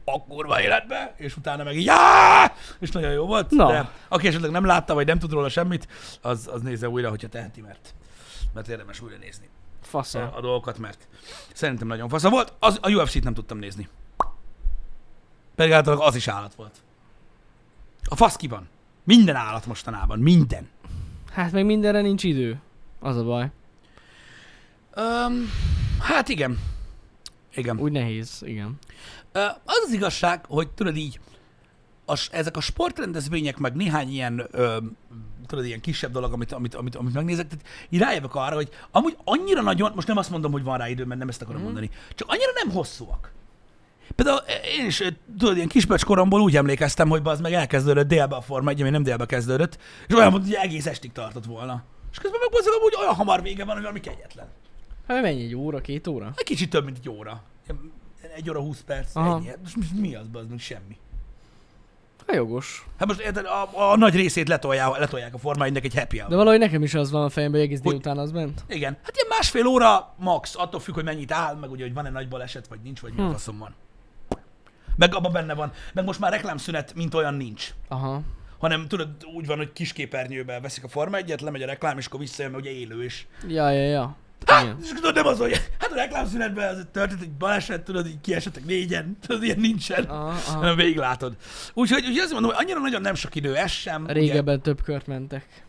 Speaker 2: a kurva életbe, és utána meg így "Áááá!" és nagyon jó volt,
Speaker 1: Na.
Speaker 2: de aki esetleg nem látta, vagy nem tud róla semmit, az, az nézze újra, hogyha teheti, mert, mert érdemes újra nézni
Speaker 1: Faszom.
Speaker 2: a, a dolgokat, mert szerintem nagyon fasza volt. Az, a UFC-t nem tudtam nézni. Pedig általában az is állat volt. A faszkiban. Minden állat mostanában. Minden.
Speaker 1: Hát meg mindenre nincs idő. Az a baj.
Speaker 2: Öm, hát igen. Igen.
Speaker 1: Úgy nehéz, igen.
Speaker 2: Ö, az az igazság, hogy tudod így, a, s- ezek a sportrendezvények, meg néhány ilyen, ö, tudod, ilyen kisebb dolog, amit, amit, amit, amit megnézek, tehát így rájövök arra, hogy amúgy annyira nagyon, most nem azt mondom, hogy van rá idő, mert nem ezt akarom mm. mondani, csak annyira nem hosszúak. Például e, én is, ö, tudod, ilyen kispecs koromból úgy emlékeztem, hogy az meg elkezdődött délbe a forma, egy, ami nem délbe kezdődött, és olyan volt, hogy egész estig tartott volna. És közben meg bazzag, amúgy olyan hamar vége van, hogy valami kegyetlen.
Speaker 1: Hát mennyi egy óra, két óra?
Speaker 2: Egy kicsit több, mint egy óra. Ilyen Egy óra, 20 perc,
Speaker 1: Aha.
Speaker 2: ennyi. Hát, Most mi- mi az, az még semmi.
Speaker 1: Hát jogos.
Speaker 2: Hát most érted, a, a nagy részét letolják, letolják a Forma 1 egy happy hour.
Speaker 1: De valahogy nekem is az van a fejemben, hogy egész
Speaker 2: Hogy-
Speaker 1: délután az ment.
Speaker 2: Igen. Hát ilyen másfél óra max, attól függ, hogy mennyit áll, meg ugye, hogy van-e nagy baleset, vagy nincs, vagy mi
Speaker 1: Hm.
Speaker 2: a faszom van. Meg abban benne van. Meg most már reklámszünet, mint olyan nincs.
Speaker 1: Aha.
Speaker 2: Hanem tudod, úgy van, hogy kisképernyőben veszik a Forma 1-et, lemegy a reklám, és akkor visszajön, mert ugye élő is.
Speaker 1: Ja, ja, ja.
Speaker 2: Hát,
Speaker 1: Igen.
Speaker 2: és tudod, nem az, hogy hát a reklámszünetben az történt egy baleset, tudod, így kiesettek négyen, tudod, ilyen nincsen.
Speaker 1: Aha, aha.
Speaker 2: hanem végiglátod. Úgyhogy, úgyhogy azt mondom, hogy annyira nagyon nem sok idő, ez sem. ugye,
Speaker 1: Régebben több kört mentek.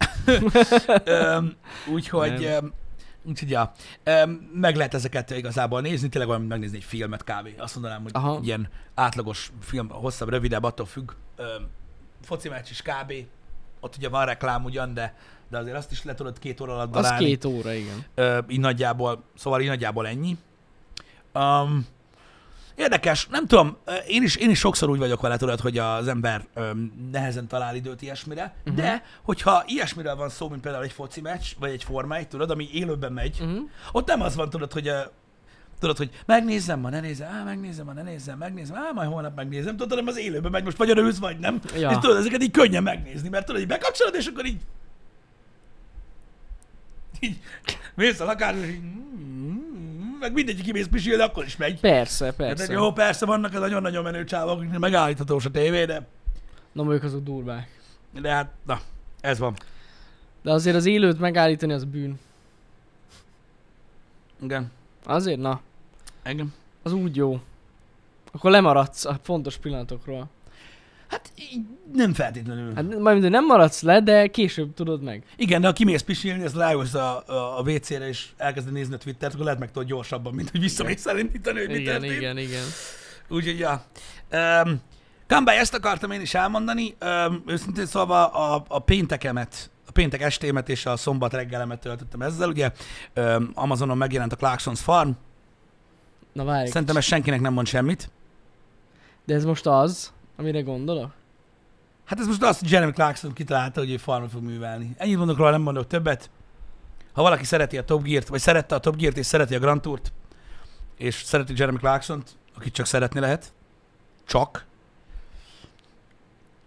Speaker 2: Öm, úgyhogy,
Speaker 1: Nem.
Speaker 2: öm, úgyhogy ja, öm, meg lehet ezeket igazából nézni, tényleg olyan, mint megnézni egy filmet kávé. Azt mondanám, hogy
Speaker 1: Aha.
Speaker 2: Aha. ilyen átlagos film, hosszabb, rövidebb, attól függ. Öm, foci meccs is kb. Ott ugye van reklám ugyan, de, de azért azt is le tudod két óra alatt
Speaker 1: Az
Speaker 2: darálni.
Speaker 1: két óra, igen.
Speaker 2: Ö, így nagyjából, szóval így nagyjából ennyi. Um, érdekes, nem tudom, ö, én is, én is sokszor úgy vagyok vele, tudod, hogy az ember um, nehezen talál időt ilyesmire, uh-huh. de hogyha ilyesmiről van szó, mint például egy foci meccs, vagy egy forma egy, tudod, ami élőben megy, uh-huh.
Speaker 1: Mhm.
Speaker 2: ott nem az van, tudod, hogy ö, tudod, hogy megnézem, ma ne nézem, á, megnézem, ma ne nézem, megnézem, á, majd holnap megnézem, tudod, hanem az élőben megy, most vagy örülsz, vagy nem.
Speaker 1: Ja.
Speaker 2: Ja. És tudod, ezeket így könnyen megnézni, mert tudod, így bekapcsolod, és akkor így így mész a lakásba, és így, mm, meg mindegy, kimész pisil, de akkor is megy.
Speaker 1: Persze,
Speaker 2: Persze.
Speaker 1: persze.
Speaker 2: Jó, persze, vannak az nagyon-nagyon menő csávok, akiknek megállíthatós a tévé, de,
Speaker 1: Na mondjuk azok durvák.
Speaker 2: de hát, na, ez van.
Speaker 1: De azért az élőt megállítani az bűn.
Speaker 2: Igen.
Speaker 1: Azért, na.
Speaker 2: Igen.
Speaker 1: Az úgy jó. Akkor lemaradsz a fontos pillanatokról.
Speaker 2: Hát így nem feltétlenül. Hát,
Speaker 1: Hát majd nem maradsz le, de később tudod meg.
Speaker 2: igen, de ha kimész pisilni, ez rájössz a, a, a WC-re, és elkezded nézni a Twittert, akkor lehet meg tudod gyorsabban, mint hogy visszamész elindítani, hogy mi
Speaker 1: Igen,
Speaker 2: történt.
Speaker 1: igen, igen.
Speaker 2: Úgyhogy, ja. Um, Kambály, ezt akartam én is elmondani. Um, őszintén szólva a, a péntekemet, a péntek estémet és a szombat reggelemet töltöttem ezzel. Ugye um, Amazonon megjelent a Clarksons Farm.
Speaker 1: Na várj. egy
Speaker 2: Szerintem ez senkinek nem mond semmit.
Speaker 1: kicsit. De ez most az, amire gondolok?
Speaker 2: Hát ez most azt, hogy Jeremy Clarkson kitalálta, hogy ő farmot fog művelni. Ennyit mondok róla, nem mondok többet. Ha valaki szereti a Top Gear-t, vagy szerette a Top Gear-t, és szereti a Grand Tourt, és szereti Jeremy Clarkson-t, akit csak szeretni lehet, csak,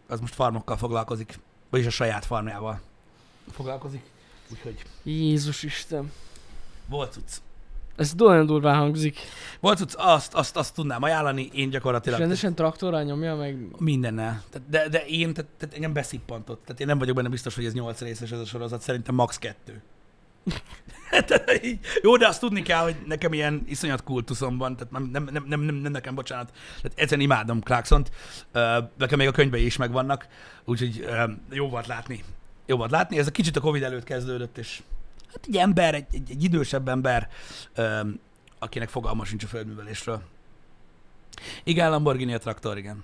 Speaker 2: az most farmokkal foglalkozik, vagyis a saját farmjával foglalkozik. Úgyhogy
Speaker 1: Jézus Isten.
Speaker 2: volt cucc.
Speaker 1: Ez nagyon durván hangzik.
Speaker 2: Volt cucc, azt, azt, azt tudnám ajánlani, én
Speaker 1: És
Speaker 2: gyakorlatilag...
Speaker 1: rendesen traktorral nyomja meg.
Speaker 2: Mindennel. Tehát, de, de én, tehát, tehát engem beszippantott. Tehát én nem vagyok benne biztos, hogy ez 8 részes ez a sorozat, szerintem max. 2. Tehát így- Jó, de azt tudni kell, hogy nekem ilyen iszonyat kultuszom van, tehát nem, nem, nem, nem, nem, nem nekem, bocsánat. Tehát ezen imádom Clarksont, Ö, nekem még a könyvei is megvannak, úgyhogy ö, jó volt látni. Jó volt látni, ez a kicsit a Covid előtt kezdődött, és hát egy ember, egy, egy, egy idősebb ember, ö, akinek fogalma sincs a földművelésről. Igen, Lamborghini a traktor, igen.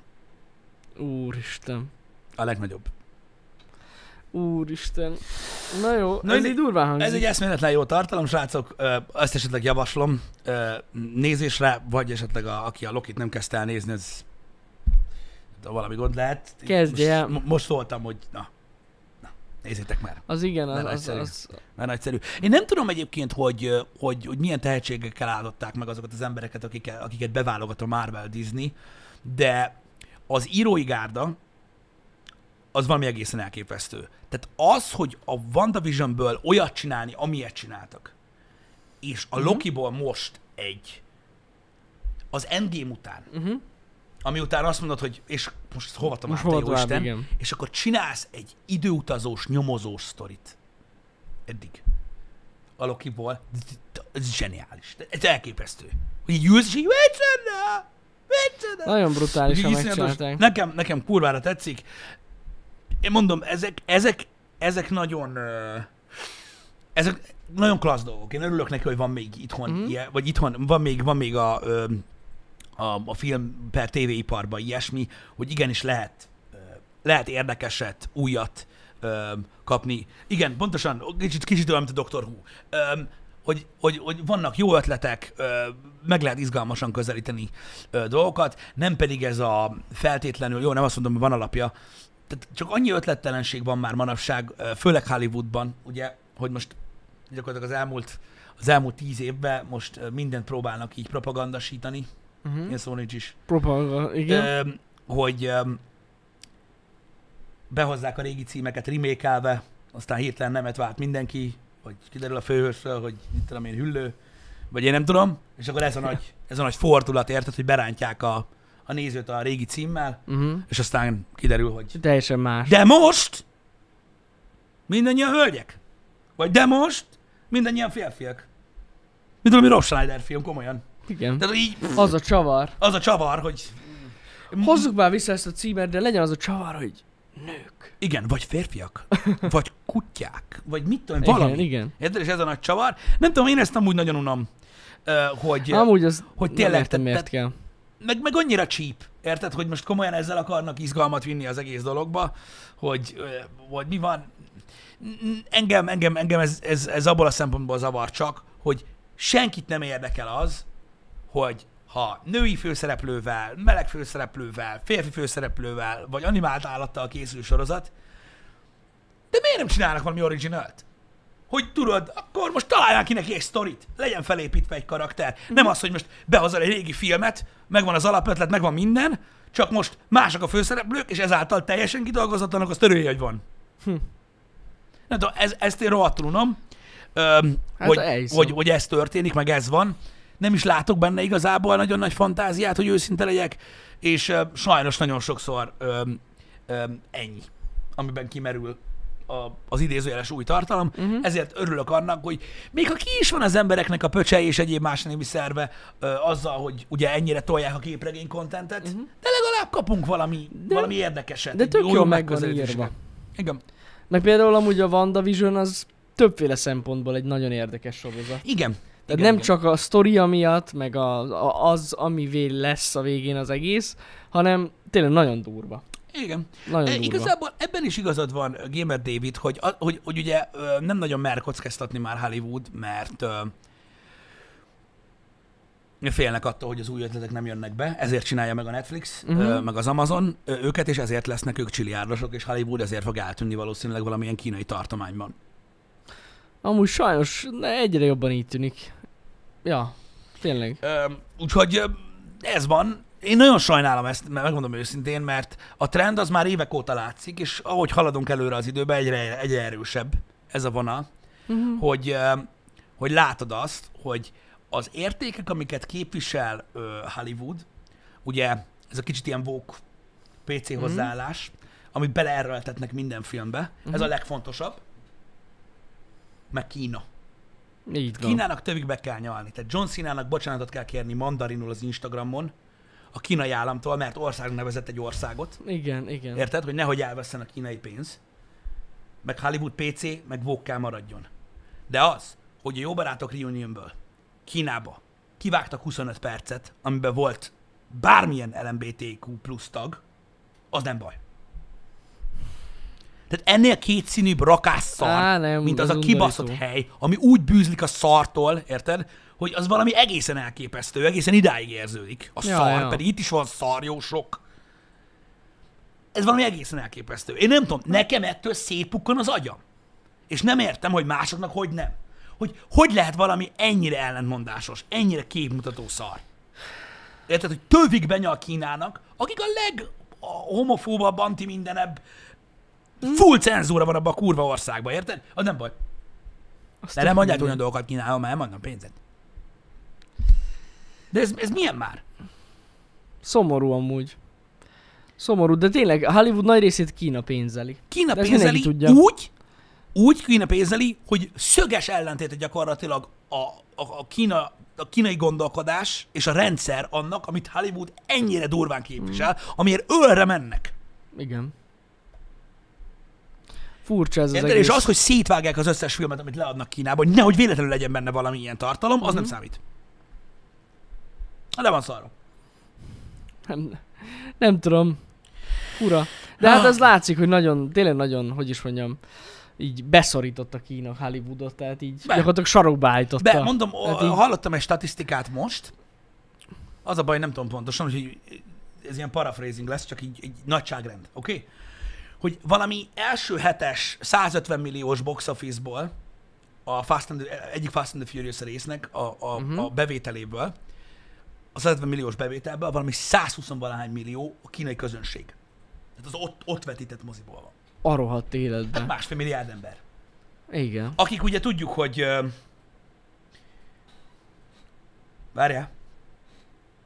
Speaker 1: Úristen.
Speaker 2: A legnagyobb.
Speaker 1: Úristen. Na jó,
Speaker 2: Na,
Speaker 1: Na ez
Speaker 2: ez
Speaker 1: így
Speaker 2: egy-
Speaker 1: durván hangzik.
Speaker 2: Ez egy eszméletlen jó tartalom, srácok. Ö, Azt esetleg javaslom ö, nézésre, vagy esetleg a, aki a Lokit nem kezdte el nézni, ez de valami gond lehet.
Speaker 1: Kezdj
Speaker 2: most,
Speaker 1: el.
Speaker 2: mo- Most szóltam, hogy na, na nézzétek már.
Speaker 1: Az igen, az,
Speaker 2: Nem
Speaker 1: az,
Speaker 2: egyszerű.
Speaker 1: az,
Speaker 2: Már nagyszerű. Én nem tudom egyébként, hogy, ö, hogy, hogy milyen tehetségekkel áldották meg azokat az embereket, akiket, akiket beválogat a Marvel Disney, de az írói gárda az valami egészen elképesztő. Tehát az, hogy a WandaVision-ből olyat csinálni, amilyet csináltak, és
Speaker 1: Mhm.
Speaker 2: a Loki-ból most egy, az Endgame után,
Speaker 1: Mhm.
Speaker 2: ami után azt mondod, hogy és most hova tovább,
Speaker 1: most
Speaker 2: most hova
Speaker 1: hova
Speaker 2: tovább
Speaker 1: tovább,
Speaker 2: Isten,
Speaker 1: igen.
Speaker 2: és akkor csinálsz egy időutazós, nyomozós sztorit. Eddig. A Lokiból. Ez zseniális. Ez elképesztő. Hogy így ülsz, és így micsoda! Micsoda!
Speaker 1: Nagyon brutálisan
Speaker 2: Úgyhogy iszonyatos.
Speaker 1: megcsinálták.
Speaker 2: Nekem, nekem kurvára tetszik. Én mondom, ezek, ezek, ezek nagyon... ö, Ezek nagyon klassz dolgok. Én örülök neki, hogy van még itthon,
Speaker 1: Mhm.
Speaker 2: mm. ilyen, vagy itthon, van még, van még a, ö, a, a film per tévéiparban ilyesmi, hogy igenis lehet, ö, lehet érdekeset, újat ö, kapni. Igen, pontosan, kicsit, kicsit olyan, mint a Doctor Who. Ö, hogy, hogy, hogy vannak jó ötletek, ö, meg lehet izgalmasan közelíteni ö, dolgokat, nem pedig ez a feltétlenül, jó, nem azt mondom, hogy van alapja, tehát csak annyi ötlettelenség van már manapság, ö, főleg Hollywoodban, ugye, hogy most gyakorlatilag az elmúlt, az elmúlt tíz évben most ö, mindent próbálnak így propagandasítani,
Speaker 1: Uh-huh.
Speaker 2: ilyen szó nincs is,
Speaker 1: Propaganda, igen.
Speaker 2: Öm, hogy öm, behozzák a régi címeket remékelve, aztán hirtelen nemet vált mindenki, vagy kiderül a főhősről, hogy mit tudom én, hüllő, vagy én nem tudom, és akkor ez a nagy, ez a nagy fordulat, érted, hogy berántják a, a nézőt a régi címmel,
Speaker 1: Uh-huh.
Speaker 2: és aztán kiderül, hogy
Speaker 1: Teljesen más.
Speaker 2: de most mindannyian hölgyek. Vagy de most mindannyian férfiak. Mint valami Rob Schneider film, komolyan.
Speaker 1: Igen.
Speaker 2: Tehát így pff,
Speaker 1: Az a csavar.
Speaker 2: az a csavar, hogy
Speaker 1: Hozzuk már vissza ezt a címet, de legyen az a csavar, hogy nők.
Speaker 2: igen, vagy férfiak, vagy kutyák, vagy mit tudom, én,
Speaker 1: Igen,
Speaker 2: valami.
Speaker 1: igen.
Speaker 2: Érted? És ez a nagy csavar. Nem tudom, én ezt amúgy nagyon unom, ö, hogy,
Speaker 1: Amúgy az
Speaker 2: hogy
Speaker 1: nem
Speaker 2: tényleg,
Speaker 1: értem, miért
Speaker 2: tehát-
Speaker 1: kell.
Speaker 2: meg, meg annyira csíp, érted, hogy most komolyan ezzel akarnak izgalmat vinni az egész dologba, hogy, ö, hogy mi van. N- Engem, engem, engem ez, ez, ez abból a szempontból zavar csak, hogy senkit nem érdekel az, hogy ha női főszereplővel, meleg főszereplővel, férfi főszereplővel, vagy animált állattal készül sorozat, de miért nem csinálnak valami originalt? hogy tudod, akkor most találjál ki neki egy sztorit, legyen felépítve egy karakter. Nem az, hogy most behozol egy régi filmet, megvan az alapötlet, megvan minden, csak most mások a főszereplők, és ezáltal teljesen kidolgozatlanak, az törője, hogy van. Nem tudom, ez, ezt én rohadtul unom, öm,
Speaker 1: Hát
Speaker 2: hogy,
Speaker 1: elhiszem.
Speaker 2: hogy, hogy ez történik, meg ez van. Nem is látok benne igazából nagyon nagy fantáziát, hogy őszinte legyek, és ö, sajnos nagyon sokszor öm, öm, ennyi, amiben kimerül a, az idézőjeles új tartalom,
Speaker 1: Mhm.
Speaker 2: uh-huh. ezért örülök annak, hogy még ha ki is van az embereknek a pöcsei és egyéb más némi szerve ö, azzal, hogy ugye ennyire tolják a képregény kontentet, uh-huh. de legalább kapunk valami, de, valami érdekeset.
Speaker 1: Mhm. de
Speaker 2: egy
Speaker 1: tök
Speaker 2: jó-
Speaker 1: jól
Speaker 2: jó
Speaker 1: meg van
Speaker 2: megközelítéseket.
Speaker 1: írva.
Speaker 2: Igen.
Speaker 1: Meg például amúgy a WandaVision az többféle szempontból egy nagyon érdekes sorozat.
Speaker 2: Igen.
Speaker 1: Tehát
Speaker 2: Igen,
Speaker 1: nem
Speaker 2: igen.
Speaker 1: csak a sztoria miatt, meg a, a, az, ami vé lesz a végén az egész, hanem tényleg nagyon durva.
Speaker 2: Igen.
Speaker 1: Nagyon
Speaker 2: E,
Speaker 1: durva.
Speaker 2: Igazából ebben is igazad van ö, Gamer David, hogy, a, hogy, hogy ugye ö, nem nagyon mer kockáztatni már Hollywood, mert ö, félnek attól, hogy az új ötletek nem jönnek be, ezért csinálja meg a Netflix,
Speaker 1: Mhm.
Speaker 2: uh-huh. meg az Amazon ö, őket, és ezért lesznek ők csiliárdosok, és Hollywood ezért fog eltűnni valószínűleg valamilyen kínai tartományban.
Speaker 1: Amúgy sajnos ne, egyre jobban így tűnik. Ja, tényleg.
Speaker 2: Öm, úgyhogy öm, ez van. Én nagyon sajnálom ezt, mert megmondom őszintén, mert a trend az már évek óta látszik, és ahogy haladunk előre az időben, egyre, egyre erősebb ez a vonal,
Speaker 1: Mhm.
Speaker 2: hogy, öm, hogy látod azt, hogy az értékek, amiket képvisel ö, Hollywood, ugye ez a kicsit ilyen vók PC hozzáállás, amit beleerőltetnek minden filmbe, ez a legfontosabb, meg Kína.
Speaker 1: Így van.
Speaker 2: Kínának tövig be kell nyalni. Tehát John Cena-nak bocsánatot kell kérni mandarinul az Instagramon, a kínai államtól, mert országnak nevezett egy országot.
Speaker 1: Igen, igen.
Speaker 2: Érted? Hogy nehogy elveszen a kínai pénz. Meg Hollywood PC, meg vókká maradjon. De az, hogy a jó barátok reunionből Kínába kivágtak 25 percet, amiben volt bármilyen LMBTQ plusz tag, az nem baj. Tehát ennél kétszínűbb rakásszar,
Speaker 1: Á, nem,
Speaker 2: mint az,
Speaker 1: az
Speaker 2: a kibaszott
Speaker 1: undorító.
Speaker 2: hely, ami úgy bűzlik a szartól, érted, hogy az valami egészen elképesztő, egészen idáig érződik. A
Speaker 1: Ja,
Speaker 2: szar,
Speaker 1: ja.
Speaker 2: pedig itt is van szar, jó sok. Ez valami egészen elképesztő. Én nem tudom, nekem ettől szétpukkan az agyam. És nem értem, hogy másoknak hogy nem. Hogy hogy lehet valami ennyire ellentmondásos, ennyire képmutató szar. Érted, hogy tövig benya a Kínának, akik a leg a homofóbabb, anti mindenebb, full cenzúra van abban a kurva országban, érted? Az nem baj.
Speaker 1: Azt
Speaker 2: De nem adják olyan dolgokat Kínában, mert elmondom pénzed. De ez, ez milyen már?
Speaker 1: Szomorú amúgy. Szomorú, de tényleg a Hollywood nagy részét Kína pénzeli.
Speaker 2: Kína
Speaker 1: De ezt mindenki
Speaker 2: pénzeli
Speaker 1: tudja.
Speaker 2: úgy, úgy Kína pénzeli, hogy szöges ellentéte gyakorlatilag a, a, a, Kína, a kínai gondolkodás és a rendszer annak, amit Hollywood ennyire durván képvisel,
Speaker 1: Hmm.
Speaker 2: amiért ölre mennek.
Speaker 1: Igen. Furcsa ez az
Speaker 2: Érted?
Speaker 1: egész.
Speaker 2: És az, hogy szétvágják az összes filmet, amit leadnak Kínába, hogy nehogy véletlenül legyen benne valami ilyen tartalom, az
Speaker 1: Hmm.
Speaker 2: nem számít. De van szarom.
Speaker 1: Nem, nem tudom. Fura. De hát az látszik, hogy nagyon, tényleg nagyon, hogy is mondjam, így beszorította Kína Hollywoodot, tehát így
Speaker 2: Be.
Speaker 1: gyakorlatilag sarokba állította.
Speaker 2: Be, mondom,
Speaker 1: Hát
Speaker 2: o-
Speaker 1: így-
Speaker 2: hallottam egy statisztikát most. Az a baj, nem tudom pontosan, hogy ez ilyen paraphrasing lesz, csak így, így nagyságrend, oké? Okay? Hogy valami első hetes, 150 milliós box office-ból a Fast and, egyik Fast and the Furious résznek a, a, uh-huh. a bevételéből, az 150 milliós bevételből valami 120-valahány millió a kínai közönség. Tehát az ott, ott vetített moziból van.
Speaker 1: A rohadt életben.
Speaker 2: Hát másfél milliárd ember
Speaker 1: Igen.
Speaker 2: akik ugye tudjuk, hogy... ö, Várjál,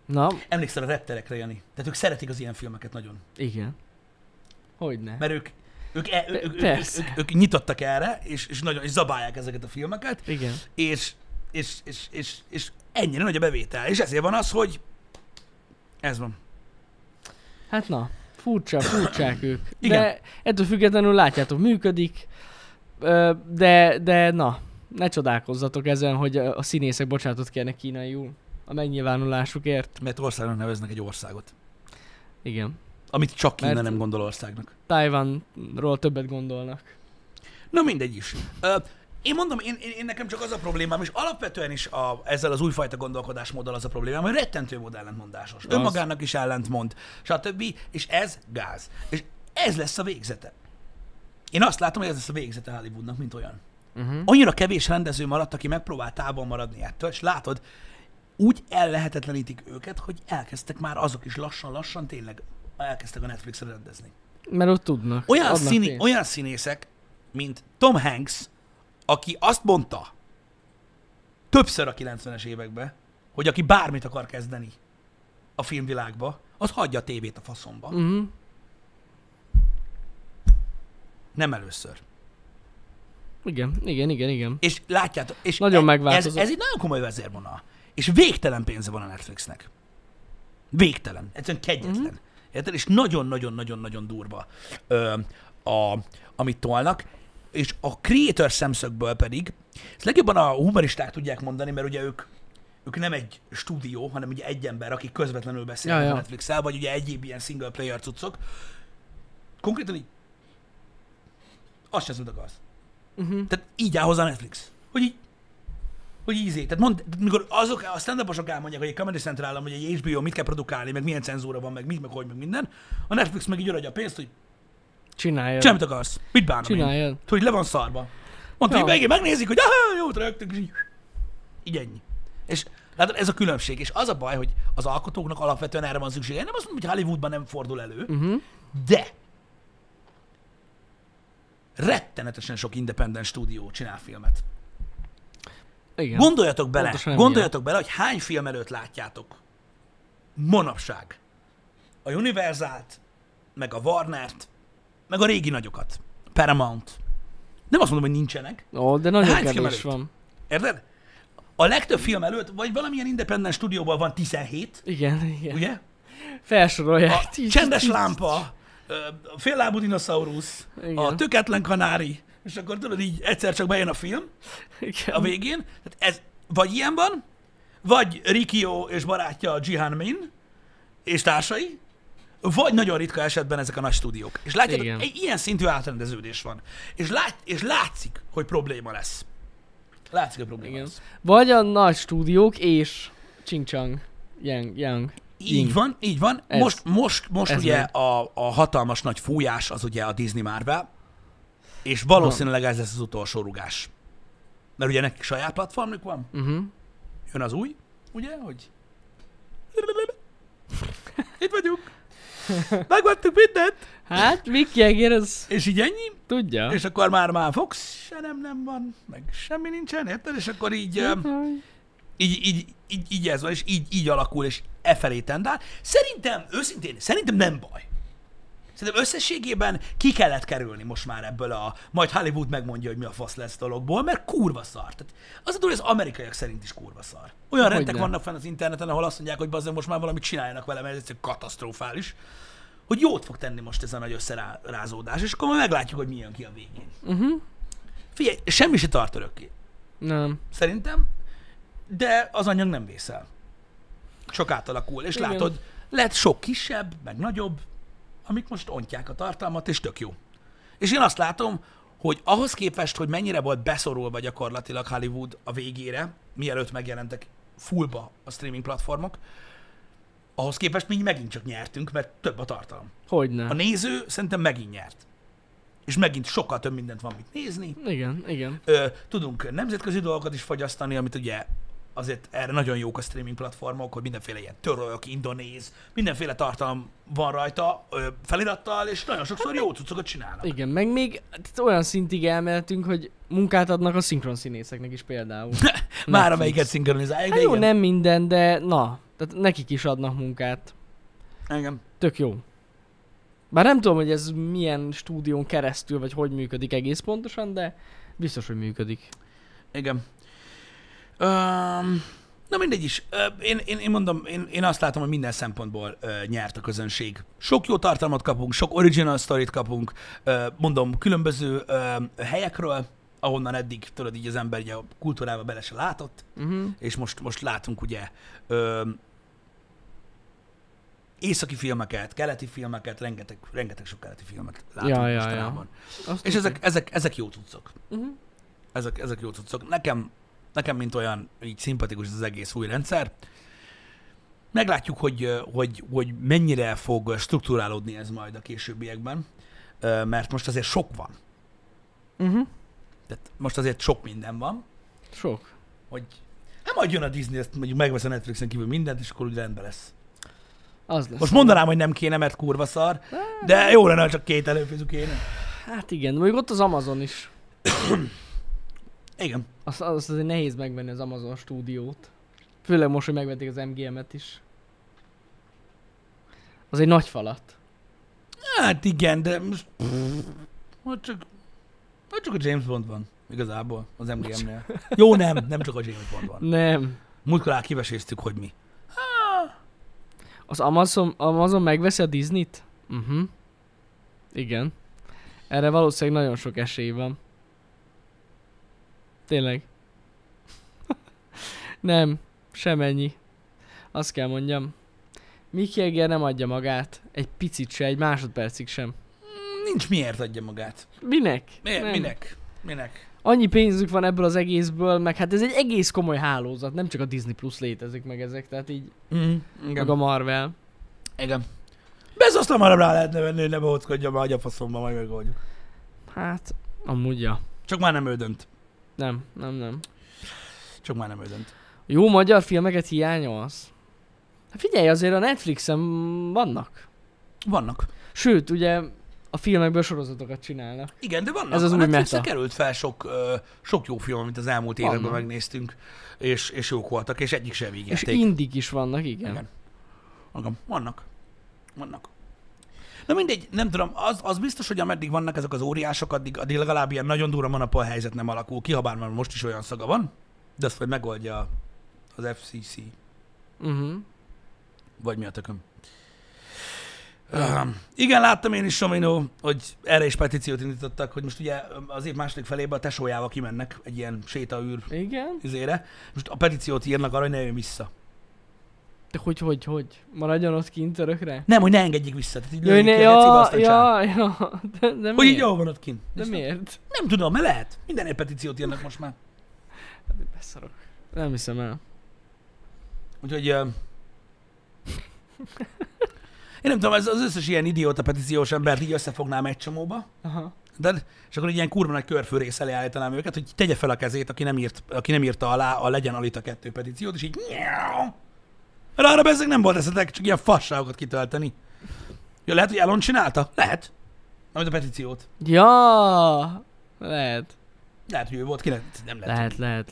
Speaker 1: Na,
Speaker 2: emlékszel a repterekre, Jani? Tehát ők szeretik az ilyen filmeket nagyon.
Speaker 1: igen. Hogyne.
Speaker 2: Mert ők, ők, e, ők, ők, ők,
Speaker 1: Persze.
Speaker 2: ők, ők nyitottak erre, és, és nagyon és zabálják ezeket a filmeket,
Speaker 1: Igen.
Speaker 2: és, és, és, és, és ennyire nagy a bevétel. És ezért van az, hogy ez van.
Speaker 1: Hát na, furcsa, furcsák ők.
Speaker 2: Igen.
Speaker 1: De ettől függetlenül látjátok, működik, Ö, de, de na, ne csodálkozzatok ezen, hogy a a színészek bocsánatot kérnek kínaiul a megnyilvánulásukért.
Speaker 2: Mert országnak neveznek egy országot,
Speaker 1: Igen.
Speaker 2: amit csak Kína
Speaker 1: Mert-
Speaker 2: nem gondol országnak.
Speaker 1: Tájvanról többet gondolnak.
Speaker 2: Na mindegy is. Ö, én mondom, én, én, én nekem csak az a problémám, és alapvetően is a, ezzel az újfajta gondolkodásmóddal az a problémám, hogy rettentő mód ellentmondásos. Az. Önmagának is ellentmond, stb. És ez gáz. És ez lesz a végzete. Én azt látom, hogy ez lesz a végzete Hollywoodnak, mint olyan. Uh-huh. Annyira kevés rendező maradt, aki megpróbál távol maradni ettől, és látod, úgy ellehetetlenítik őket, hogy elkezdtek már azok is lassan-lassan tényleg elkezdtek a Netflixre rendezni
Speaker 1: Mert ott tudnak.
Speaker 2: olyan,
Speaker 1: adnak
Speaker 2: színi,
Speaker 1: pénzt.
Speaker 2: olyan színészek, mint Tom Hanks, aki azt mondta többször a 90-es években, hogy aki bármit akar kezdeni a filmvilágba, az hagyja a tévét a faszomba. Mm.
Speaker 1: Mhm.
Speaker 2: Nem először.
Speaker 1: Igen, igen, igen, igen.
Speaker 2: És látjátok, és
Speaker 1: Nagyon
Speaker 2: ez,
Speaker 1: megváltozott.
Speaker 2: ez egy nagyon komoly vezérvonal. És végtelen pénze van a Netflixnek. Végtelen. Egyszerűen kegyetlen.
Speaker 1: Mhm.
Speaker 2: Mm-hmm. Érted? És nagyon-nagyon-nagyon-nagyon durva, ö, a, amit tolnak. És a creator szemszögből pedig, ezt legjobban a humoristák tudják mondani, mert ugye ők ők nem egy stúdió, hanem ugye egy ember, aki közvetlenül beszél
Speaker 1: Ja,
Speaker 2: ja,
Speaker 1: ja.
Speaker 2: a netflix vagy ugye egyéb ilyen single player cuccok. Konkrétan így, azt sem tudok az.
Speaker 1: Mhm.
Speaker 2: Tehát így áll hozzá a Netflix. Hogy így, hogy így izé. Tehát mond, tehát mikor azok a stand uposok elmondják, hogy egy Comedy central hogy egy HBO mit kell produkálni, meg milyen cenzúra van, meg mit, meg hogy, meg minden, a Netflix meg így adja a pénzt, hogy
Speaker 1: Csinálja.
Speaker 2: semmit akarsz, mit bánom én.
Speaker 1: Csinálja.
Speaker 2: Tudod, hogy le van szarva. Mondta,
Speaker 1: Ja.
Speaker 2: hogy meg, megnézik, hogy aha, jót rögtünk, és így, így ennyi. És látod, ez a különbség. És az a baj, hogy az alkotóknak alapvetően erre van szüksége. Én nem azt mondom, hogy Hollywoodban nem fordul elő,
Speaker 1: Mhm.
Speaker 2: de rettenetesen sok independent stúdió csinál filmet.
Speaker 1: Igen.
Speaker 2: Gondoljatok bele, Pontosan
Speaker 1: Pontosan emiatt.
Speaker 2: gondoljatok bele, hogy hány film előtt látjátok manapság a Universalt, meg a Warnert, meg a régi nagyokat. Paramount. Nem azt mondom, hogy nincsenek,
Speaker 1: Ó, de nagyon
Speaker 2: Hány film
Speaker 1: kevés
Speaker 2: előtt?
Speaker 1: van.
Speaker 2: érted? A legtöbb film előtt, vagy valamilyen independent stúdióban van 17,
Speaker 1: Igen, igen.
Speaker 2: ugye?
Speaker 1: Felsorolják.
Speaker 2: A csendes lámpa, ö, a féllábú dinoszaurusz, a
Speaker 1: Igen.
Speaker 2: tökéletlen kanári, és akkor tudod így egyszer csak bejön a film, a
Speaker 1: Igen.
Speaker 2: végén. Tehát ez vagy ilyen van, vagy Rikio és barátja Jihan Min és társai, vagy nagyon ritka esetben ezek a nagy stúdiók. És látjátok,
Speaker 1: Igen.
Speaker 2: egy ilyen szintű átrendeződés van. És, lát, és látszik, hogy probléma lesz. Látszik, hogy probléma
Speaker 1: Igen.
Speaker 2: lesz.
Speaker 1: Vagy a nagy stúdiók és Ching-Chang. Yang, Yang.
Speaker 2: Így van, így van.
Speaker 1: Ez.
Speaker 2: Most, most, most
Speaker 1: Ez
Speaker 2: ugye
Speaker 1: megy.
Speaker 2: a, a, hatalmas nagy fújás az ugye a Disney Marvel, és valószínűleg ez lesz az utolsó rugás. Mert ugye nekik saját platformjuk van,
Speaker 1: Uh-huh.
Speaker 2: jön az új, ugye, hogy itt vagyunk, megvettük mindent,
Speaker 1: Hát, Mick Jagger, az
Speaker 2: és így ennyi,
Speaker 1: tudja.
Speaker 2: és akkor már már Fox se nem, nem van, meg semmi nincsen, érted? És akkor így, öm, így, így, így, így ez van, és így, így alakul, és e felé tendál. Szerintem, őszintén, szerintem nem baj. Szerintem összességében ki kellett kerülni most már ebből a majd Hollywood megmondja, hogy mi a fasz lesz dologból, mert kurva szar. Tehát az a durva, hogy az amerikaiak szerint is kurva szar. Olyan
Speaker 1: Hogyne.
Speaker 2: rendek vannak fenn az interneten, ahol azt mondják, hogy bazdmeg most már valamit csináljanak vele, mert ez egy katasztrofális. Hogy jót fog tenni most ez a nagy összerázódás, és akkor majd meglátjuk, hogy milyen ki a végén.
Speaker 1: Uh-huh.
Speaker 2: Figyelj, semmi se tart örökké
Speaker 1: Nem.
Speaker 2: szerintem, de az anyag nem vészel. Csak átalakul, és
Speaker 1: Igen.
Speaker 2: Igen. látod, lett sok kisebb, meg nagyobb, amik most ontják a tartalmat, és tök jó. És én azt látom, hogy ahhoz képest, hogy mennyire volt beszorulva gyakorlatilag Hollywood a végére, mielőtt megjelentek fullba a streaming platformok, ahhoz képest mi megint csak nyertünk, mert több a tartalom.
Speaker 1: Hogyne.
Speaker 2: A néző szerintem megint nyert. És megint sokkal több mindent van mit nézni,
Speaker 1: Igen, igen.
Speaker 2: Ö, tudunk nemzetközi dolgokat is fogyasztani, amit ugye azért erre nagyon jók a streaming platformok, hogy mindenféle ilyen törölök, indonéz, mindenféle tartalom van rajta ö, felirattal, és nagyon sokszor jó cuccokat csinálnak.
Speaker 1: Igen, meg még tehát olyan szintig elmehetünk, hogy munkát adnak a szinkron színészeknek is például.
Speaker 2: Már
Speaker 1: Netflix.
Speaker 2: amelyiket szinkronizálják, de
Speaker 1: Hát jó,
Speaker 2: igen.
Speaker 1: nem minden, de na, tehát nekik is adnak munkát.
Speaker 2: igen.
Speaker 1: Tök jó. Bár nem tudom, hogy ez milyen stúdión keresztül, vagy hogy működik egész pontosan, de biztos, hogy működik.
Speaker 2: Igen. Um, na mindegy is. Ö, Én, én, én mondom, én, én azt látom, hogy minden szempontból ö, nyert a közönség. Sok jó tartalmat kapunk, sok original sztorit kapunk, ö, mondom, különböző ö, helyekről, ahonnan eddig, tudod, így az ember ugye a kultúrába bele se látott,
Speaker 1: Uh-huh.
Speaker 2: és most, most látunk ugye ö, északi filmeket, keleti filmeket, rengeteg, rengeteg sok keleti filmet látunk
Speaker 1: Ja, ja, ja.
Speaker 2: mostanában.
Speaker 1: Azt
Speaker 2: És
Speaker 1: tudjuk.
Speaker 2: ezek, ezek, ezek jó cuccok
Speaker 1: Uh-huh.
Speaker 2: ezek, ezek jó cuccok. Nekem, nekem, mint olyan, így szimpatikus ez az egész új rendszer. Meglátjuk, hogy, ö, hogy, hogy mennyire fog struktúrálódni ez majd a későbbiekben, Ö, mert most azért sok van. Mhm.
Speaker 1: Uh-huh.
Speaker 2: Tehát most azért sok minden van,
Speaker 1: Sok.
Speaker 2: hogy hát majd jön a Disney, ezt mondjuk megvesz a Netflixen kívül mindent, és akkor úgy rendben lesz.
Speaker 1: Az lesz.
Speaker 2: Most mondanám, hogy nem kéne, mert kurva szar, de jó lenne, ha csak két előfizu kéne.
Speaker 1: Hát igen, mondjuk ott az Amazon is.
Speaker 2: Igen.
Speaker 1: Azt, azt azért nehéz megvenni az Amazon stúdiót. Főleg most, hogy megvették az MGM-et is. Az egy nagy falat.
Speaker 2: Hát igen, de most... Hogy csak... Hogy csak a James Bond van, igazából, az MGM-nél. Jó, nem, nem csak a James Bond van.
Speaker 1: Nem.
Speaker 2: Múltkor már kiveséztük, hogy mi.
Speaker 1: Az Amazon, Amazon megveszi a Disney-t?
Speaker 2: Mhm.
Speaker 1: Uh-huh. Igen. Erre valószínűleg nagyon sok esély van. Tényleg. nem, semennyi. Azt kell mondjam. Mick Jagger nem adja magát. Egy picit se, egy másodpercig sem.
Speaker 2: Nincs miért adja magát.
Speaker 1: Minek?
Speaker 2: Mi,
Speaker 1: Nem.
Speaker 2: minek? Minek?
Speaker 1: Annyi pénzük van ebből az egészből, meg hát ez egy egész komoly hálózat, nem csak a Disney Plus létezik meg ezek, tehát így,
Speaker 2: Mm,
Speaker 1: meg a Marvel.
Speaker 2: igen. Bezoszt hamarabb rá lehetne venni, hogy ne bohóckodjon már agyafaszomba, majd megoldjuk.
Speaker 1: Hát, amúgy ja.
Speaker 2: Csak már nem ő dönt.
Speaker 1: Nem, nem, nem.
Speaker 2: Csak már nem ő dönt.
Speaker 1: Jó magyar filmeket hiányolsz? Hát figyelj, azért a Netflixen vannak.
Speaker 2: Vannak.
Speaker 1: Sőt, ugye a filmekből sorozatokat csinálnak.
Speaker 2: Igen, de vannak.
Speaker 1: Ez az
Speaker 2: A
Speaker 1: új
Speaker 2: Netflixre
Speaker 1: meta.
Speaker 2: került fel sok, ö, sok jó film, amit az elmúlt
Speaker 1: Vannak.
Speaker 2: években megnéztünk, és, és jók voltak, és egyik sem
Speaker 1: Igen, és
Speaker 2: végigjáték.
Speaker 1: indik is vannak, igen. igen.
Speaker 2: Igen. Igen. Vannak. Vannak. Na mindegy, nem tudom, az, az biztos, hogy ameddig vannak ezek az óriások, addig, addig legalább ilyen nagyon durva monopól helyzet nem alakul ki, ha bár már most is olyan szaga van, de azt majd megoldja az FCC,
Speaker 1: Uh-huh.
Speaker 2: vagy mi a tököm. Um, igen, láttam én is, Somino, hogy erre is petíciót indítottak, hogy most ugye az év második felébe a tesójával kimennek egy ilyen sétaűr
Speaker 1: Igen?
Speaker 2: izére. Most a petíciót írnak arra, hogy ne jöjjön vissza.
Speaker 1: De hogy, hogy, hogy? Maradjon ott kint örökre?
Speaker 2: Nem, hogy ne engedjék vissza. Tehát így
Speaker 1: Jaj,
Speaker 2: lőjék
Speaker 1: ne,
Speaker 2: ki a gecibe,
Speaker 1: ja,
Speaker 2: aztán csá.
Speaker 1: ja, ja, de, de
Speaker 2: Hogy így
Speaker 1: miért?
Speaker 2: jól van ott kint.
Speaker 1: De
Speaker 2: És
Speaker 1: miért?
Speaker 2: Nem tudom, mert lehet. Minden petíciót írnak most már.
Speaker 1: Beszarok. Nem hiszem el.
Speaker 2: Úgyhogy... ö, Én nem tudom, ez az összes ilyen idióta petíciós embert így összefognám egy csomóba,
Speaker 1: Aha.
Speaker 2: de, és akkor egy ilyen kurva nagy körfűrész elé állítanám őket, hogy tegye fel a kezét, aki nem, írt, aki nem írta alá a Legyen Alita 2 petíciót, és így nyáu. Mert arra bezzeg nem volt eszetek, csak ilyen fasságokat kitölteni. Ja, lehet, hogy Elon csinálta? Lehet. Amit a petíciót.
Speaker 1: Ja! Lehet.
Speaker 2: Lehet, hogy ő volt, ki lehet, nem lehet.
Speaker 1: Lehet, lehet,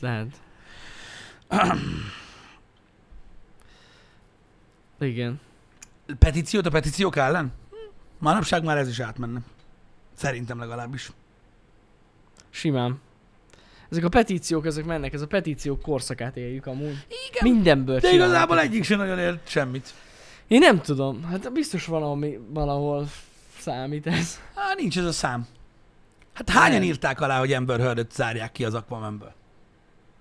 Speaker 1: lehet. Igen.
Speaker 2: Petíciót a petíciók ellen? Manapság már ez is átmenne. Szerintem legalábbis.
Speaker 1: Simán. Ezek a petíciók, ezek mennek, ez a petíciók korszakát éljük amúgy.
Speaker 2: Igen,
Speaker 1: Mindenből
Speaker 2: De
Speaker 1: csinálnak.
Speaker 2: igazából egyik sem nagyon ért semmit.
Speaker 1: Én nem tudom, hát biztos valami, valahol számít ez.
Speaker 2: Á, nincs ez a szám. Hát hányan
Speaker 1: Nem.
Speaker 2: írták alá, hogy Amber Heard-öt zárják ki az Aquamanből?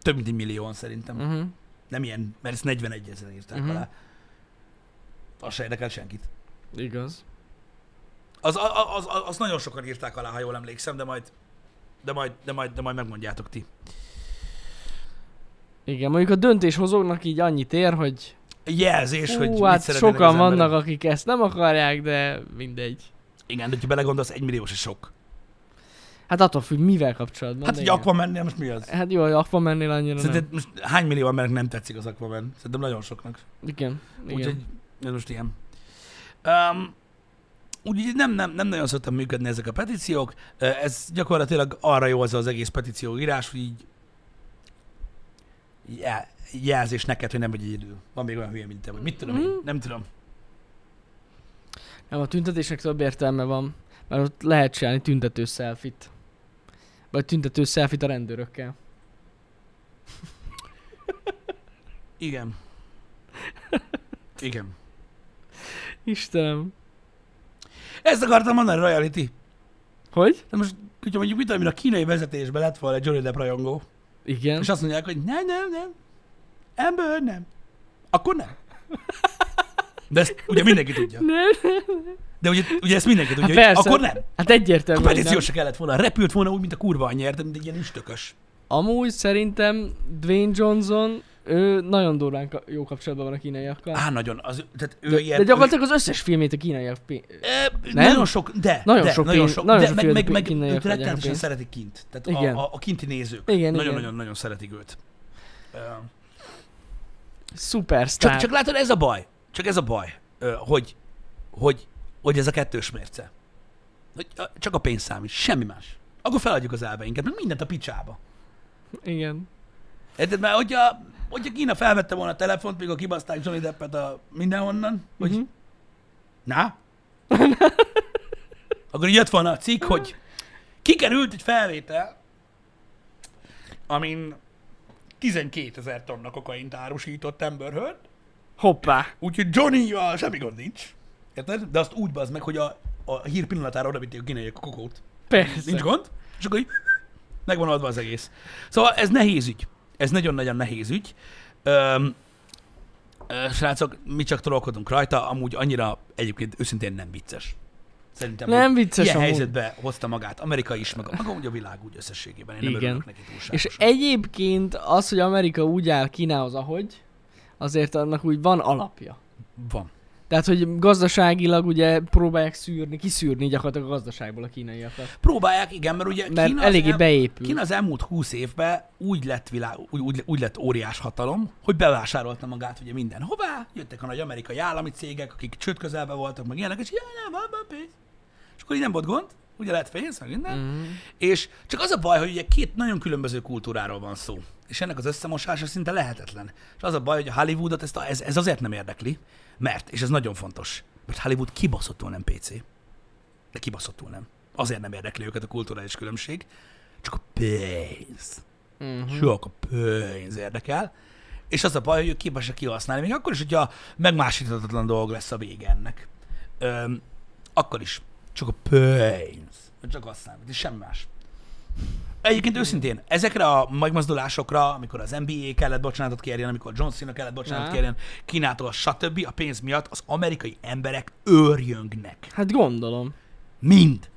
Speaker 2: Több mint egy millióan szerintem. Mm.
Speaker 1: Uh-huh.
Speaker 2: Nem ilyen, mert ezt 41 ezeren írták
Speaker 1: Mhm.
Speaker 2: mm-hmm. alá. Az se érdekel senkit.
Speaker 1: Igaz.
Speaker 2: Az, a- a- az, az, az, nagyon sokan írták alá, ha jól emlékszem, de majd, de majd, de majd, de majd megmondjátok ti.
Speaker 1: Igen, mondjuk a döntéshozóknak így annyit ér, hogy
Speaker 2: Jelzés,
Speaker 1: és
Speaker 2: hogy
Speaker 1: hú,
Speaker 2: mit
Speaker 1: hát
Speaker 2: szeretnének az
Speaker 1: sokan
Speaker 2: emberek.
Speaker 1: vannak, akik ezt nem akarják, de mindegy.
Speaker 2: Igen, de ha belegondolsz, egy millió se sok.
Speaker 1: Hát attól függ, mivel kapcsolatban.
Speaker 2: Hát,
Speaker 1: de
Speaker 2: hogy
Speaker 1: igen.
Speaker 2: Aquaman, most mi az?
Speaker 1: Hát jó, hogy Aquaman-nél annyira nem.
Speaker 2: Szerinted most hány millió embernek nem tetszik az Aquaman? Szerintem nagyon soknak.
Speaker 1: Igen. igen.
Speaker 2: Úgyhogy ez most ilyen. Um, úgyhogy nem, nem, nem nagyon szoktam működni ezek a petíciók. Ö, Ez gyakorlatilag arra jó az az egész petíció írás, hogy így így el- így jelzés neked, hogy nem vagy egyedül. Van még olyan hülye, mint te vagy. Mit tudom én?
Speaker 1: Mhm.
Speaker 2: Nem tudom.
Speaker 1: Nem, a tüntetésnek több értelme van, mert ott lehet csinálni tüntető selfit. Vagy tüntető selfit a rendőrökkel.
Speaker 2: Igen. Igen.
Speaker 1: Istenem.
Speaker 2: Ezt akartam mondani, royalty.
Speaker 1: Hogy?
Speaker 2: De most, hogyha mondjuk, mit tudom, én, a kínai vezetésben lett volna egy Johnny Depp rajongó,
Speaker 1: Igen.
Speaker 2: És azt mondják, hogy nem, nem, nem. Ember nem. Akkor nem. De ezt ugye mindenki tudja.
Speaker 1: Nem.
Speaker 2: De ugye, ugye ezt mindenki tudja, hogy
Speaker 1: Hát persze.
Speaker 2: akkor nem.
Speaker 1: Hát egyértelmű.
Speaker 2: A
Speaker 1: hogy nem.
Speaker 2: petíció se kellett volna. Repült volna úgy, mint a kurva anyja, érted, mint egy ilyen üstökös.
Speaker 1: Amúgy szerintem Dwayne Johnson, ő nagyon durván ka- jó kapcsolatban van a kínaiakkal.
Speaker 2: Á, nagyon. Az, tehát ő
Speaker 1: de,
Speaker 2: ilyen...
Speaker 1: de gyakorlatilag az összes filmét a kínaiak pi-
Speaker 2: Ö,
Speaker 1: Nem?
Speaker 2: Nagyon sok, de,
Speaker 1: Nagyon
Speaker 2: de,
Speaker 1: sok
Speaker 2: nagyon
Speaker 1: pénz-
Speaker 2: sok,
Speaker 1: nagyon
Speaker 2: de,
Speaker 1: sok
Speaker 2: meg,
Speaker 1: pénz-
Speaker 2: meg, meg
Speaker 1: kínaiak
Speaker 2: őt
Speaker 1: adják a
Speaker 2: rettenetesen
Speaker 1: pénzt.
Speaker 2: szeretik kint. Tehát
Speaker 1: Igen.
Speaker 2: A, a, a kinti nézők.
Speaker 1: Igen, igen.
Speaker 2: Nagyon-nagyon-nagyon szeretik őt. Ö,
Speaker 1: Szupersztár.
Speaker 2: Csak, csak látod, ez a baj. Csak ez a baj, ö, hogy, hogy, hogy ez a kettős mérce. Hogy ö, csak a pénz számít, semmi más. Akkor feladjuk az elveinket, meg mindent a picsába.
Speaker 1: Igen.
Speaker 2: Érted? Mert hogyha, hogyha Kína felvette volna a telefont, még a kibaszták Johnny Deppet a mindenhonnan, hogy
Speaker 1: Mhm.
Speaker 2: na? Akkor így jött volna a cikk, hogy kikerült egy felvétel, amin 12 ezer tonna kokaint árusított Amber Heard,
Speaker 1: Hoppá.
Speaker 2: Úgyhogy Johnny-val semmi gond nincs. Érted? De azt úgy bazd meg, hogy a, a hír pillanatára oda vitték a kínaiak a kokót.
Speaker 1: Persze.
Speaker 2: Nincs gond. És akkor így megvan adva az egész. Szóval ez nehéz ügy. Ez nagyon-nagyon nehéz ügy. Öm, ö, srácok, mi csak trollkodunk rajta, amúgy annyira egyébként őszintén nem vicces. Szerintem
Speaker 1: Nem
Speaker 2: hogy
Speaker 1: vicces
Speaker 2: Ilyen
Speaker 1: amúgy.
Speaker 2: helyzetbe hozta magát. Amerika is, meg, a- meg úgy a világ úgy összességében. Én nem
Speaker 1: Igen.
Speaker 2: örülök neki
Speaker 1: És e-
Speaker 2: túlságosan.
Speaker 1: egyébként az, hogy Amerika úgy áll Kínához, ahogy, azért annak úgy van alapja.
Speaker 2: Van.
Speaker 1: Tehát, hogy gazdaságilag ugye próbálják szűrni, kiszűrni gyakorlatilag a gazdaságból a kínaiakat.
Speaker 2: Próbálják, igen, mert ugye
Speaker 1: Mert
Speaker 2: Kína az
Speaker 1: eléggé
Speaker 2: el-
Speaker 1: beépül.
Speaker 2: Kína az elmúlt 20 évben úgy lett, világ, úgy, úgy, úgy lett óriás hatalom, hogy bevásárolta magát ugye mindenhová, jöttek a nagy amerikai állami cégek, akik csőd közelbe voltak, meg ilyenek, és így, "Jaj, nem, van, van pénz. És akkor így nem volt gond, ugye lett pénz, meg minden.
Speaker 1: Mhm.
Speaker 2: És csak az a baj, hogy ugye két nagyon különböző kultúráról van szó. És ennek az összemosása szinte lehetetlen. És az a baj, hogy a Hollywoodot ezt a, ez, ez azért nem érdekli, mert, és ez nagyon fontos, mert Hollywood kibaszottul nem PC. De kibaszottul nem. Azért nem érdekli őket a kulturális különbség, csak a pénz.
Speaker 1: Mhm.
Speaker 2: Csak a pénz érdekel. És az a baj, hogy ők képesek kihasználni, még akkor is, hogyha megmásíthatatlan dolog lesz a vége ennek. Öm, akkor is. Csak a pénz. Csak azt számít, és semmi más. Egyébként őszintén, ezekre a megmozdulásokra, amikor az NBA kellett bocsánatot kérjen, amikor John Cena kellett bocsánatot
Speaker 1: Á.
Speaker 2: kérjen, Kínától, stb. a pénz miatt az amerikai emberek őrjöngnek.
Speaker 1: Hát gondolom.
Speaker 2: Mind.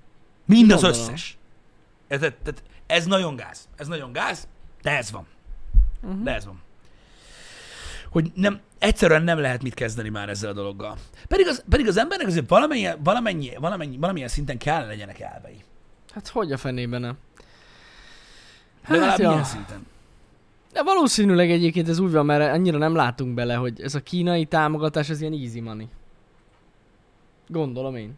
Speaker 2: Mind az
Speaker 1: Gondolom.
Speaker 2: összes. Ez, ez, ez, ez nagyon gáz. Ez nagyon gáz, de ez van.
Speaker 1: Mhm.
Speaker 2: Uh-huh. De ez van. Hogy nem, egyszerűen nem lehet mit kezdeni már ezzel a dologgal. Pedig az, pedig az embernek azért valamennyi, valamennyi, valamennyi, valamilyen szinten kell legyenek elvei.
Speaker 1: Hát hogy a fenében nem?
Speaker 2: Legalább hát,
Speaker 1: ja.
Speaker 2: ilyen szinten.
Speaker 1: De valószínűleg egyébként ez úgy van, mert annyira nem látunk bele, hogy ez a kínai támogatás az ilyen easy money. Gondolom én.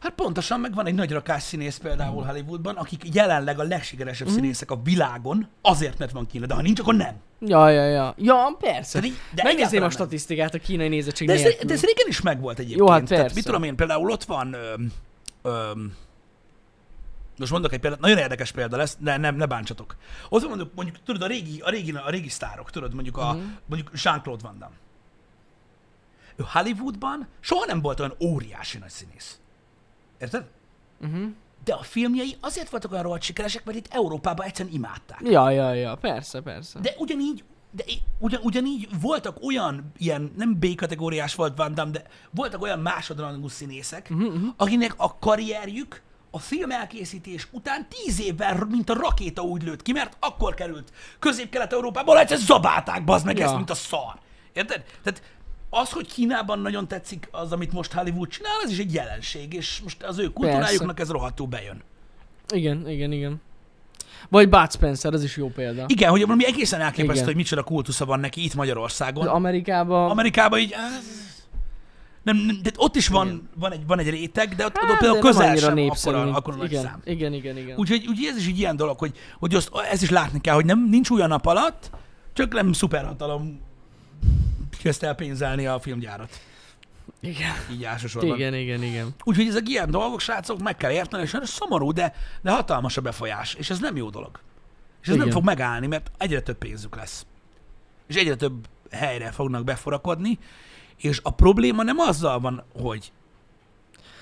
Speaker 2: Hát pontosan, meg van egy nagy rakás színész például Hollywoodban, akik jelenleg a legsikeresebb
Speaker 1: Mhm.
Speaker 2: színészek a világon, azért, mert van Kína, de ha nincs, akkor nem.
Speaker 1: Ja, ja, ja. Ja, persze.
Speaker 2: De í- de
Speaker 1: Megnézném
Speaker 2: egyáltalán
Speaker 1: a
Speaker 2: nem.
Speaker 1: statisztikát a kínai nézettség
Speaker 2: De ez,
Speaker 1: nélkül.
Speaker 2: de ez régen is megvolt egyébként.
Speaker 1: Jó, hát
Speaker 2: Tehát,
Speaker 1: persze.
Speaker 2: mit tudom én, például ott van... Öm, öm, most mondok egy példát, nagyon érdekes példa lesz, de nem, ne bántsatok. Ott van mondjuk, mondjuk tudod, a régi, a régi, a régi sztárok, tudod, mondjuk, a,
Speaker 1: Mhm.
Speaker 2: uh-huh. mondjuk Jean-Claude Van Damme. Ő Hollywoodban soha nem volt olyan óriási nagy színész. Érted?
Speaker 1: Uh-huh.
Speaker 2: De a filmjei azért voltak olyan rohadt sikeresek, mert itt Európában egyszerűen imádták.
Speaker 1: Ja, ja, ja. Persze, persze.
Speaker 2: De ugyanígy, de i- ugyan, ugyanígy voltak olyan, ilyen nem B-kategóriás volt Van Damme, de voltak olyan másodrangú színészek, uh-huh. akinek a karrierjük a film elkészítés után tíz évvel, mint a rakéta úgy lőtt ki, mert akkor került közép-kelet-európából, egyszer zabálták bazd meg ja.
Speaker 1: Ja.
Speaker 2: ezt, mint a szar. Érted? Tehát az, hogy Kínában nagyon tetszik az, amit most Hollywood csinál, ez is egy jelenség, és most az ő kultúrájuknak ez rohadtul bejön.
Speaker 1: Igen, igen, igen. Vagy Bud Spencer, ez is jó példa.
Speaker 2: Igen, hogy valami egészen elképesztő, Igen.
Speaker 1: Igen.
Speaker 2: hogy micsoda kultusza van neki itt Magyarországon.
Speaker 1: Az Amerikában...
Speaker 2: Amerikában így... áh, Nem, nem, de ott is van, van, egy, van egy réteg, de ott, hát, ott
Speaker 1: de
Speaker 2: például
Speaker 1: nem
Speaker 2: közel
Speaker 1: annyira
Speaker 2: sem
Speaker 1: népszerű,
Speaker 2: akkora,
Speaker 1: mint-
Speaker 2: akkora nagy
Speaker 1: igen,
Speaker 2: szám.
Speaker 1: Igen, igen, igen.
Speaker 2: Úgyhogy úgy, ez is egy ilyen dolog, hogy, hogy azt, ez is látni kell, hogy nem, nincs olyan nap alatt, csak nem szuperhatalom kezdte el pénzelni a filmgyárat.
Speaker 1: igen.
Speaker 2: Így elsősorban.
Speaker 1: igen, igen, igen.
Speaker 2: Úgyhogy ezek ilyen dolgok, srácok, meg kell érteni, és ez szomorú, de, de hatalmas a befolyás, és ez nem jó dolog. És ez Igen. nem
Speaker 1: Igen.
Speaker 2: fog megállni, mert egyre több pénzük lesz. És egyre több helyre fognak beforakodni, és a probléma nem azzal van, hogy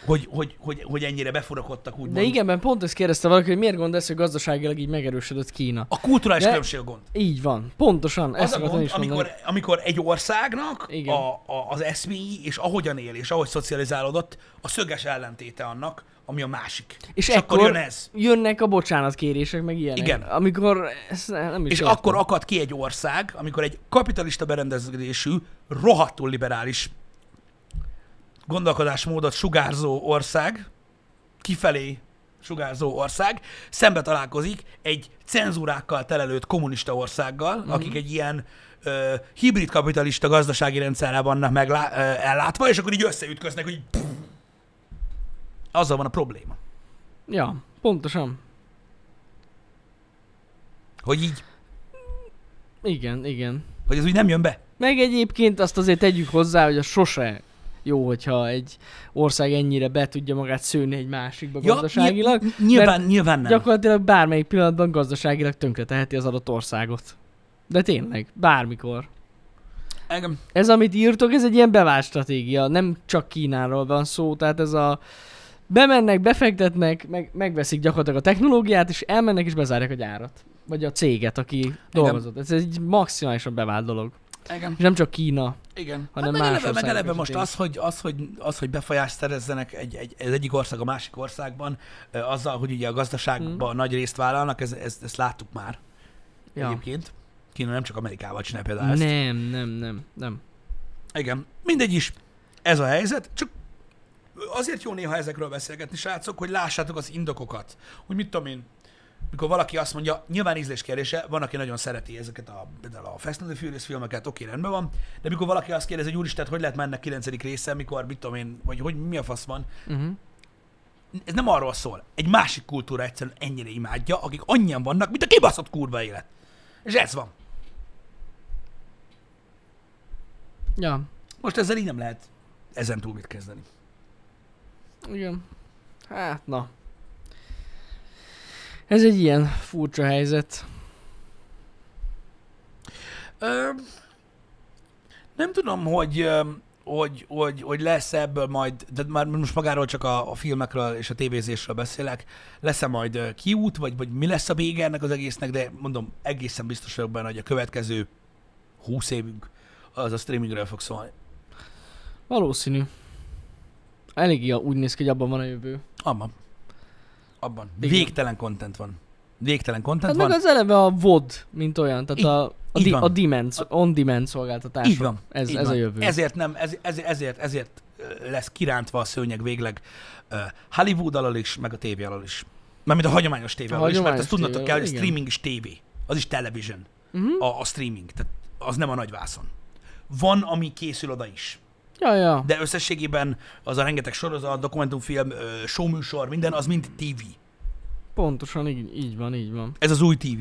Speaker 2: hogy, hogy, hogy, hogy ennyire beforakodtak, úgymond.
Speaker 1: De igenben pont ezt kérdezte valaki, hogy miért gondolsz, hogy gazdaságilag így megerősödött Kína.
Speaker 2: A kulturális
Speaker 1: De-
Speaker 2: különbség a gond.
Speaker 1: Így van, pontosan,
Speaker 2: Az
Speaker 1: ezt
Speaker 2: a
Speaker 1: akartam
Speaker 2: gond,
Speaker 1: is
Speaker 2: amikor,
Speaker 1: mondani.
Speaker 2: amikor egy országnak a,
Speaker 1: Igen.
Speaker 2: a, az eszméi, és ahogyan él, és ahogy szocializálódott, a szöges ellentéte annak, ami a másik.
Speaker 1: És,
Speaker 2: akkor
Speaker 1: ekkor
Speaker 2: jön ez.
Speaker 1: jönnek a bocsánatkérések, meg ilyenek.
Speaker 2: Igen.
Speaker 1: Amikor ezt ne- nem is
Speaker 2: És
Speaker 1: értem.
Speaker 2: akkor akad ki egy ország, amikor egy kapitalista berendezésű, rohadtul liberális gondolkodásmódot sugárzó ország, kifelé sugárzó ország, szembe találkozik egy cenzúrákkal telelőtt kommunista országgal, mm-hmm. akik egy ilyen ö, hibrid kapitalista gazdasági rendszerrel vannak meglá- ö, ellátva, és akkor így összeütköznek, hogy pff, azzal van a probléma.
Speaker 1: Ja, pontosan.
Speaker 2: Hogy így,
Speaker 1: Igen, igen.
Speaker 2: hogy ez úgy nem jön be.
Speaker 1: Meg egyébként azt azért tegyük hozzá, hogy a sose jó, hogyha egy ország ennyire be tudja magát szőni egy másikba
Speaker 2: Ja,
Speaker 1: gazdaságilag.
Speaker 2: ny- nyilván,
Speaker 1: mert
Speaker 2: nyilván nem.
Speaker 1: Gyakorlatilag bármelyik pillanatban gazdaságilag tönkreteheti az adott országot. De tényleg, bármikor.
Speaker 2: Engem.
Speaker 1: Ez, amit írtok, ez egy ilyen bevált stratégia. Nem csak Kínáról van szó, tehát ez a... Bemennek, befektetnek, meg, megveszik gyakorlatilag a technológiát, és elmennek és bezárják a gyárat. Vagy a céget, aki dolgozott. Ez egy maximálisan bevált dolog.
Speaker 2: Engem.
Speaker 1: És nem csak Kína.
Speaker 2: Igen.
Speaker 1: hanem
Speaker 2: hát meg
Speaker 1: más
Speaker 2: eleve, meg
Speaker 1: országok
Speaker 2: eleve most
Speaker 1: esetén.
Speaker 2: az hogy, az, hogy, az, hogy befolyást szerezzenek egy, egy, az egyik ország a másik országban, ö, azzal, hogy ugye a gazdaságban nagy részt vállalnak, ez, ez, ezt láttuk már ja.
Speaker 1: Hmm. Ja.
Speaker 2: egyébként. Kína nem csak Amerikával csinál például ezt.
Speaker 1: Nem, nem, nem, nem.
Speaker 2: Igen. Mindegy is. Ez a helyzet, csak azért jó néha ezekről beszélgetni, srácok, hogy lássátok az indokokat. Hogy mit tudom én, mikor valaki azt mondja, nyilván ízlés kérdése, van, aki nagyon szereti ezeket a, például a Fast and the Furious filmeket, oké, rendben van, de mikor valaki azt kérdezi, hogy úristen, hogy lehet mennek 9. része, mikor, mit tudom én, vagy hogy mi a fasz van,
Speaker 1: Uh-huh.
Speaker 2: ez nem arról szól. Egy másik kultúra egyszerűen ennyire imádja, akik annyian vannak, mint a kibaszott kurva élet. És ez van.
Speaker 1: Ja,
Speaker 2: Most ezzel így nem lehet ezen túl mit kezdeni.
Speaker 1: igen. Hát, na. Ez egy ilyen furcsa helyzet.
Speaker 2: Ö, nem tudom, hogy, ö, hogy, hogy, hogy lesz ebből majd, de már most magáról csak a, a filmekről és a tévézésről beszélek, lesz-e majd ö, kiút, vagy, vagy mi lesz a vége ennek az egésznek, de mondom, egészen biztos vagyok benne, hogy a következő húsz évünk az a streamingről fog szólni.
Speaker 1: Valószínű. Eléggé úgy néz ki, hogy abban van a jövő.
Speaker 2: Abban. Abban.
Speaker 1: Igen.
Speaker 2: Végtelen content van. Végtelen content
Speaker 1: Hát
Speaker 2: van.
Speaker 1: meg az eleve a VOD, mint olyan, tehát
Speaker 2: Így-
Speaker 1: a, a,
Speaker 2: így
Speaker 1: di,
Speaker 2: van.
Speaker 1: a demand, on-demand szolgáltatás.
Speaker 2: Így van,
Speaker 1: Ez,
Speaker 2: így
Speaker 1: ez
Speaker 2: van.
Speaker 1: a jövő.
Speaker 2: Ezért nem, ez, ez, ezért, ezért ö, lesz kirántva a szőnyeg végleg ö, Hollywood alól is, meg a tévé alól is. Mármint a hagyományos tévé
Speaker 1: A
Speaker 2: alól is, mert
Speaker 1: hagyományos
Speaker 2: ezt tudnotok
Speaker 1: tévé
Speaker 2: kell, hogy a
Speaker 1: alól, igen.
Speaker 2: streaming is tévé. Az is television,
Speaker 1: Uh-huh.
Speaker 2: a, a streaming. Tehát az nem a nagy vászon. Van, ami készül oda is.
Speaker 1: Ja, ja.
Speaker 2: De összességében az a rengeteg sorozat, dokumentumfilm, ö, showműsor, minden, az mind TV.
Speaker 1: Pontosan így, így van, így van.
Speaker 2: Ez az új TV.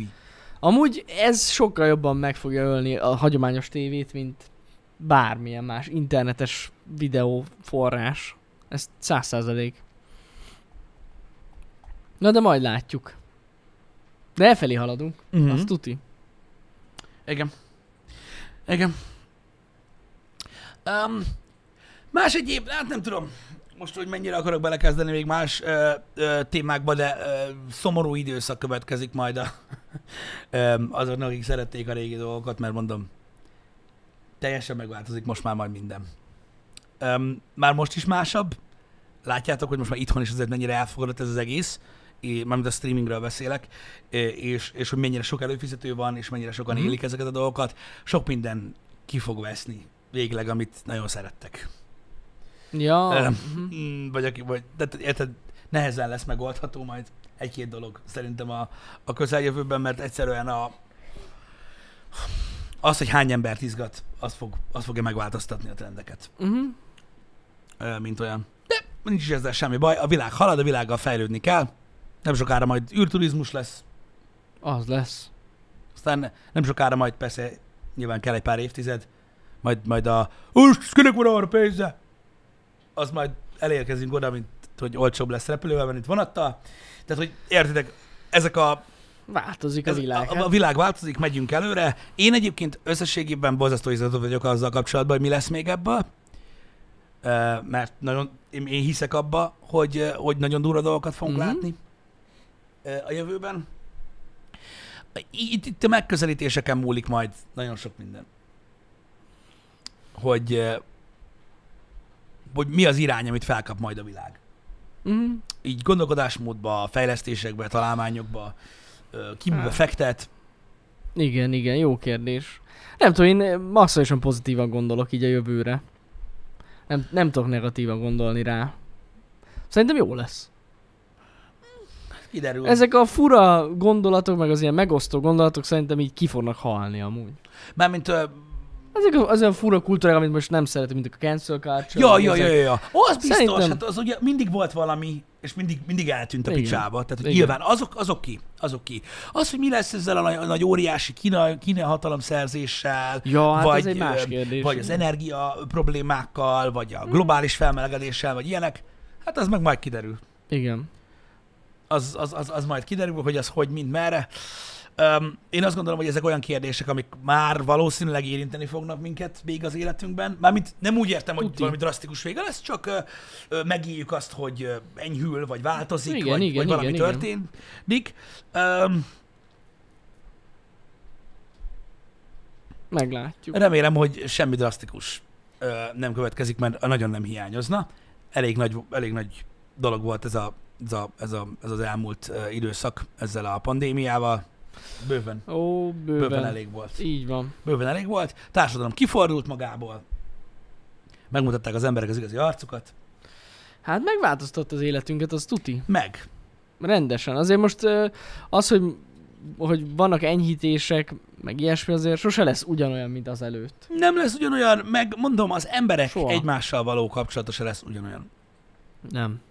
Speaker 1: Amúgy ez sokkal jobban meg fogja ölni a hagyományos tévét, mint bármilyen más internetes videó forrás. Ez száz százalék. Na de majd látjuk. De elfelé haladunk,
Speaker 2: Uh-huh.
Speaker 1: azt tuti.
Speaker 2: Igen. Igen. Um, más egyéb, hát nem tudom, most, hogy mennyire akarok belekezdeni még más ö, ö, témákba, de ö, szomorú időszak következik majd a, ö, azoknak, akik szerették a régi dolgokat, mert mondom, teljesen megváltozik most már majd minden. Um, már most is másabb. Látjátok, hogy most már itthon is azért mennyire elfogadott ez az egész, é- mármint a streamingről beszélek, é, és, és hogy mennyire sok előfizető van, és mennyire sokan
Speaker 1: Mhm.
Speaker 2: élik ezeket a dolgokat. Sok minden ki fog veszni végleg, amit nagyon szerettek.
Speaker 1: Ja.
Speaker 2: Ö,
Speaker 1: Uh-huh.
Speaker 2: Mm, vagy, aki, vagy de, te- érted, nehezen lesz megoldható majd egy-két dolog szerintem a, a közeljövőben, mert egyszerűen a, az, hogy hány embert izgat, az, fog, az fogja megváltoztatni a trendeket,
Speaker 1: Uh-huh.
Speaker 2: ö, mint olyan. De nincs is ezzel semmi baj, a világ halad, a világgal fejlődni kell, nem sokára majd űrturizmus lesz,
Speaker 1: Az lesz.
Speaker 2: aztán nem sokára majd persze nyilván kell egy pár évtized, majd, majd a Úst, kinek van arra pénze? Az majd elérkezünk oda, mint hogy olcsóbb lesz repülővel, mint vonattal. Tehát, hogy értitek, ezek a,
Speaker 1: Változik a
Speaker 2: ez,
Speaker 1: világ. hát.
Speaker 2: a, a, világ változik, megyünk előre. Én egyébként összességében borzasztó izgatott vagyok azzal kapcsolatban, hogy mi lesz még ebből. Ö, Mert nagyon, én, én hiszek abba, hogy, ö, hogy nagyon durva dolgokat fogunk
Speaker 1: Mhm.
Speaker 2: mm-hmm. látni ö, a jövőben. Itt, itt a megközelítéseken múlik majd nagyon sok minden. Hogy, ö, hogy mi az irány, amit felkap majd a világ
Speaker 1: uh-huh.
Speaker 2: így gondolkodásmódba, fejlesztésekbe, találmányokba, ö, ki mibe
Speaker 1: Hát.
Speaker 2: fektet.
Speaker 1: Igen, igen, jó kérdés. Nem tudom, én maximálisan pozitívan gondolok így a jövőre. Nem, nem tudok negatívan gondolni rá. Szerintem jó lesz.
Speaker 2: Kiderül. Ezek...
Speaker 1: Ezek a fura gondolatok, meg az ilyen megosztó gondolatok szerintem így ki fognak halni amúgy.
Speaker 2: Mármint... Ö,
Speaker 1: Ezek a, az olyan fura kultúrák, amit most nem szeretem, mint a cancel culture.
Speaker 2: ja,
Speaker 1: meg
Speaker 2: ja, ja,
Speaker 1: ezek.
Speaker 2: ja, ja. Az biztos,
Speaker 1: Szerintem-
Speaker 2: hát az ugye mindig volt valami, és mindig, mindig eltűnt a
Speaker 1: Igen.
Speaker 2: picsába. Tehát, hogy
Speaker 1: Igen.
Speaker 2: nyilván azok, azok ki, azok ki. Az, hogy mi lesz ezzel a nagy, nagy óriási Kína, Kína hatalomszerzéssel,
Speaker 1: Ja, hát
Speaker 2: vagy,
Speaker 1: ez egy más
Speaker 2: ö,
Speaker 1: kérdés.
Speaker 2: vagy az energia problémákkal, vagy a globális felmelegedéssel, vagy ilyenek, hát az meg majd kiderül.
Speaker 1: Igen.
Speaker 2: az, az, az, az majd kiderül, hogy az hogy, mind, merre. Um, én azt gondolom, hogy ezek olyan kérdések, amik már valószínűleg érinteni fognak minket még az életünkben. Mármint nem úgy értem, hogy
Speaker 1: Tuti.
Speaker 2: valami drasztikus vége lesz, csak ö, ö, megéljük azt, hogy ö, enyhül, vagy változik,
Speaker 1: Igen,
Speaker 2: vagy,
Speaker 1: igen,
Speaker 2: vagy valami
Speaker 1: igen, igen.
Speaker 2: történik. Um,
Speaker 1: Meglátjuk.
Speaker 2: remélem, hogy semmi drasztikus ö, nem következik, mert nagyon nem hiányozna. Elég nagy, elég nagy dolog volt ez, a, ez, a, ez, a, ez az elmúlt ö, időszak ezzel a pandémiával. Bőven.
Speaker 1: Ó, bőven.
Speaker 2: Bőven elég volt.
Speaker 1: Így van.
Speaker 2: Bőven elég volt. Társadalom kifordult magából. Megmutatták az emberek az igazi arcukat.
Speaker 1: Hát megváltoztatta az életünket, az tuti.
Speaker 2: Meg.
Speaker 1: Rendesen. Azért most ö, az, hogy, hogy vannak enyhítések, meg ilyesmi azért sose lesz ugyanolyan, mint az előtt.
Speaker 2: Nem lesz ugyanolyan, meg mondom, az emberek Soha.
Speaker 1: Soha.
Speaker 2: egymással való kapcsolata se lesz ugyanolyan.
Speaker 1: Nem.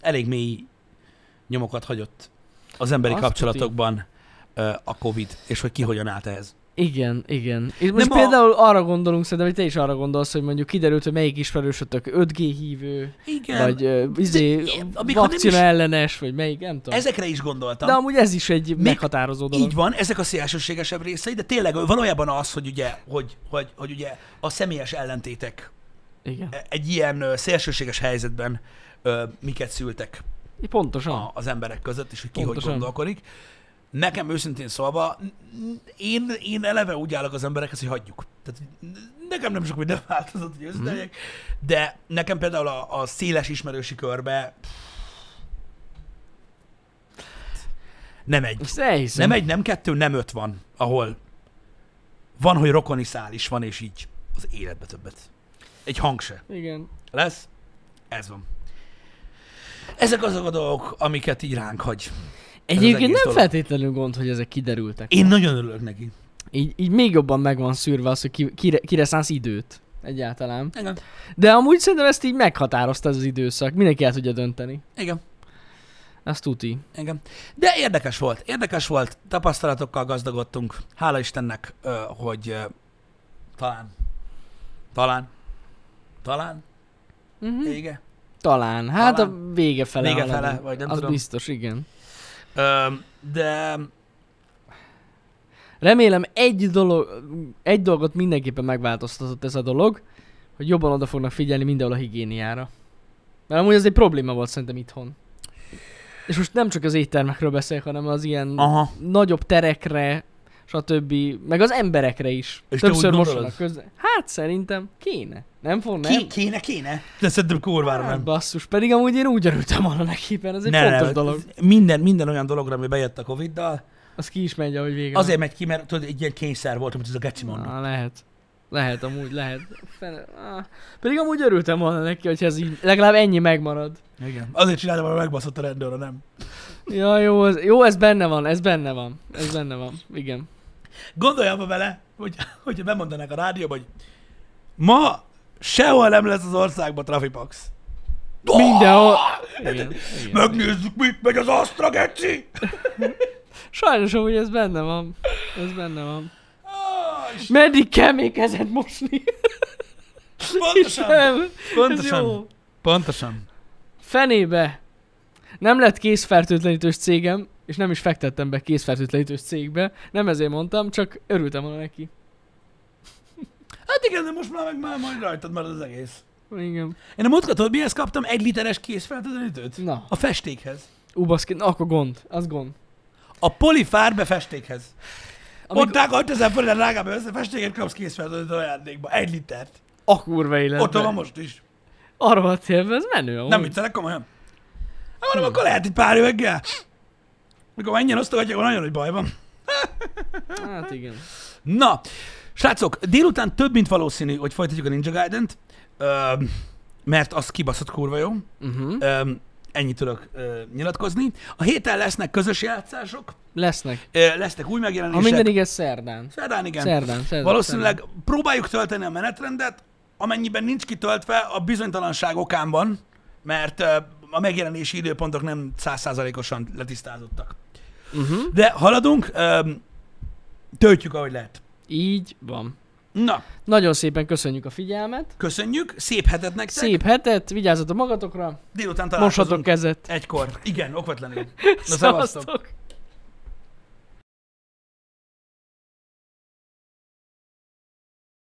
Speaker 2: Elég mély nyomokat hagyott az emberi
Speaker 1: Azt
Speaker 2: kapcsolatokban ö, a Covid, és hogy ki hogyan állt ehhez.
Speaker 1: Igen, igen. És most
Speaker 2: ma-
Speaker 1: például arra gondolunk, szerintem, hogy te is arra gondolsz, hogy mondjuk kiderült, hogy melyik ismerősötök 5G hívő,
Speaker 2: Igen.
Speaker 1: igen. vagy ö, izé,
Speaker 2: ilyen, amik, ha nem
Speaker 1: vakcina
Speaker 2: is-
Speaker 1: ellenes, vagy melyik, nem tudom.
Speaker 2: Ezekre is gondoltam.
Speaker 1: De amúgy ez is egy meghatározó dolog.
Speaker 2: Így van, ezek a szélsőségesebb részei, de tényleg valójában az, hogy ugye, hogy, hogy, hogy ugye a személyes ellentétek
Speaker 1: Igen.
Speaker 2: egy ilyen ö, szélsőséges helyzetben ö, miket szültek
Speaker 1: Pontosan.
Speaker 2: a, az emberek között, és hogy ki
Speaker 1: Pontosan.
Speaker 2: hogy gondolkodik. Nekem őszintén szólva, n- n- én, én eleve úgy állok az emberekhez, hogy hagyjuk. Tehát n- nekem nem sok minden változott, hogy őszinte legyek, de nekem például a, a széles ismerősi körbe pff, nem egy.
Speaker 1: Ezt elhiszem.
Speaker 2: Nem egy, nem kettő, nem öt van, ahol van, hogy rokoni szál is van, és így az életbe többet. Egy hang se.
Speaker 1: Igen.
Speaker 2: Lesz? Ez van. Ezek azok a dolgok, amiket így ránk hagy. egész
Speaker 1: Egyébként nem
Speaker 2: dolog.
Speaker 1: feltétlenül gond, hogy ezek kiderültek.
Speaker 2: Én nagyon örülök neki.
Speaker 1: Így, így még jobban meg van szűrve az, hogy ki, kire, kire szánsz időt egyáltalán.
Speaker 2: Igen.
Speaker 1: De amúgy szerintem ezt így meghatározta ez az időszak. Mindenki el tudja dönteni.
Speaker 2: Igen.
Speaker 1: Azt tuti.
Speaker 2: Igen. De érdekes volt. Érdekes volt. Tapasztalatokkal gazdagodtunk. Hála Istennek, ö, hogy ö, talán, talán, talán,
Speaker 1: Uh-huh.
Speaker 2: vége.
Speaker 1: Talán. Hát
Speaker 2: Talán.
Speaker 1: a vége fele.
Speaker 2: Vége fele,
Speaker 1: haladunk.
Speaker 2: vagy nem
Speaker 1: Az
Speaker 2: tudom.
Speaker 1: biztos, igen.
Speaker 2: Ö, de
Speaker 1: Remélem egy, dolog, egy dolgot mindenképpen megváltoztatott ez a dolog, hogy jobban oda fognak figyelni mindenhol a higiéniára. Mert amúgy ez egy probléma volt szerintem itthon. És most nem csak az éttermekről beszélek, hanem az ilyen
Speaker 2: Aha.
Speaker 1: nagyobb terekre, stb. Meg az emberekre is.
Speaker 2: És te úgy
Speaker 1: Többször
Speaker 2: gondolod?
Speaker 1: mosanak közben. Hát szerintem kéne. Nem fog, nem?
Speaker 2: Ki, kéne, kéne. De szerintem kurvára
Speaker 1: Hát
Speaker 2: nem.
Speaker 1: basszus, pedig amúgy én úgy örültem volna neképpen, ez egy ne, fontos ne, dolog.
Speaker 2: Minden, minden olyan dologra, ami bejött a Covid-dal,
Speaker 1: Az ki is megy, ahogy vége. van.
Speaker 2: azért megy ki, mert tudod, egy ilyen kényszer volt, amit ez a geci mondott.
Speaker 1: Á, lehet. Lehet, amúgy lehet. Fene... Á. Pedig amúgy örültem volna neki, hogy ez így legalább ennyi megmarad.
Speaker 2: Igen. Azért csináltam, mert megbaszott a rendőr, ha nem.
Speaker 1: Ja, jó, ez, jó, ez benne van, ez benne van. Ez benne van, igen.
Speaker 2: Gondolj abba bele, hogy, hogyha bemondanák a rádióban, hogy ma sehol nem lesz az országban trafipax.
Speaker 1: Mindenhol. Igen, igen.
Speaker 2: Megnézzük, mit megy az Astra, geci!
Speaker 1: Sajnos amúgy ez benne van. Ez benne van.
Speaker 2: Ah, és
Speaker 1: Meddig kell még kezed mosni?
Speaker 2: Pontosan.
Speaker 1: Istenem, ez
Speaker 2: Pontosan.
Speaker 1: jó.
Speaker 2: Pontosan.
Speaker 1: Fenébe. Nem lett készfertőtlenítős cégem, és nem is fektettem be készfertőtlenítős cégbe. Nem ezért mondtam, csak örültem volna neki.
Speaker 2: Hát igen, de most már meg már majd rajtad marad az egész.
Speaker 1: Igen.
Speaker 2: Én a múltkor tudod, mihez kaptam egy literes készfeltöltőt?
Speaker 1: Na.
Speaker 2: A festékhez.
Speaker 1: Ú, baszki, na akkor gond, az gond.
Speaker 2: A polifárbe festékhez. Amíg...
Speaker 1: Amíg-
Speaker 2: Mondták, 6000 forint drágább össze, festéket kapsz készfeltöltőt ajándékba. Egy litert.
Speaker 1: A kurva életben.
Speaker 2: Ott van most is.
Speaker 1: Arra a térben, ez menő amúgy.
Speaker 2: Nem viccelek komolyan. Hát mondom, akkor lehet egy pár üveggel. Mikor menjen osztogatják, akkor nagyon nagy baj van.
Speaker 1: Hát igen.
Speaker 2: Na, srácok, délután több, mint valószínű, hogy folytatjuk a Ninja Gaiden-t, öm, mert az kibaszott kurva jó.
Speaker 1: Uh-huh.
Speaker 2: Öm, ennyit tudok ö, nyilatkozni. A héten lesznek közös játszások,
Speaker 1: Lesznek.
Speaker 2: ö, lesznek új
Speaker 1: Ha
Speaker 2: megjelenések.
Speaker 1: minden igaz, szerdán.
Speaker 2: Szerdán, igen.
Speaker 1: Szerdán, szerdán.
Speaker 2: Valószínűleg próbáljuk tölteni a menetrendet, amennyiben nincs kitöltve, a bizonytalanság okán van, mert ö, a megjelenési időpontok nem százszázalékosan letisztázottak.
Speaker 1: szerdán. Uh-huh.
Speaker 2: De haladunk, ö, töltjük, ahogy lehet.
Speaker 1: Így van.
Speaker 2: Na,
Speaker 1: Nagyon szépen köszönjük a figyelmet.
Speaker 2: köszönjük, szép hetet nektek.
Speaker 1: Szép hetet, vigyázzatok magatokra,
Speaker 2: Délután találkozunk.
Speaker 1: mossatok kezet.
Speaker 2: Egykor. Igen, okvetlenül. Na, szevasztok.
Speaker 1: Szevasztok!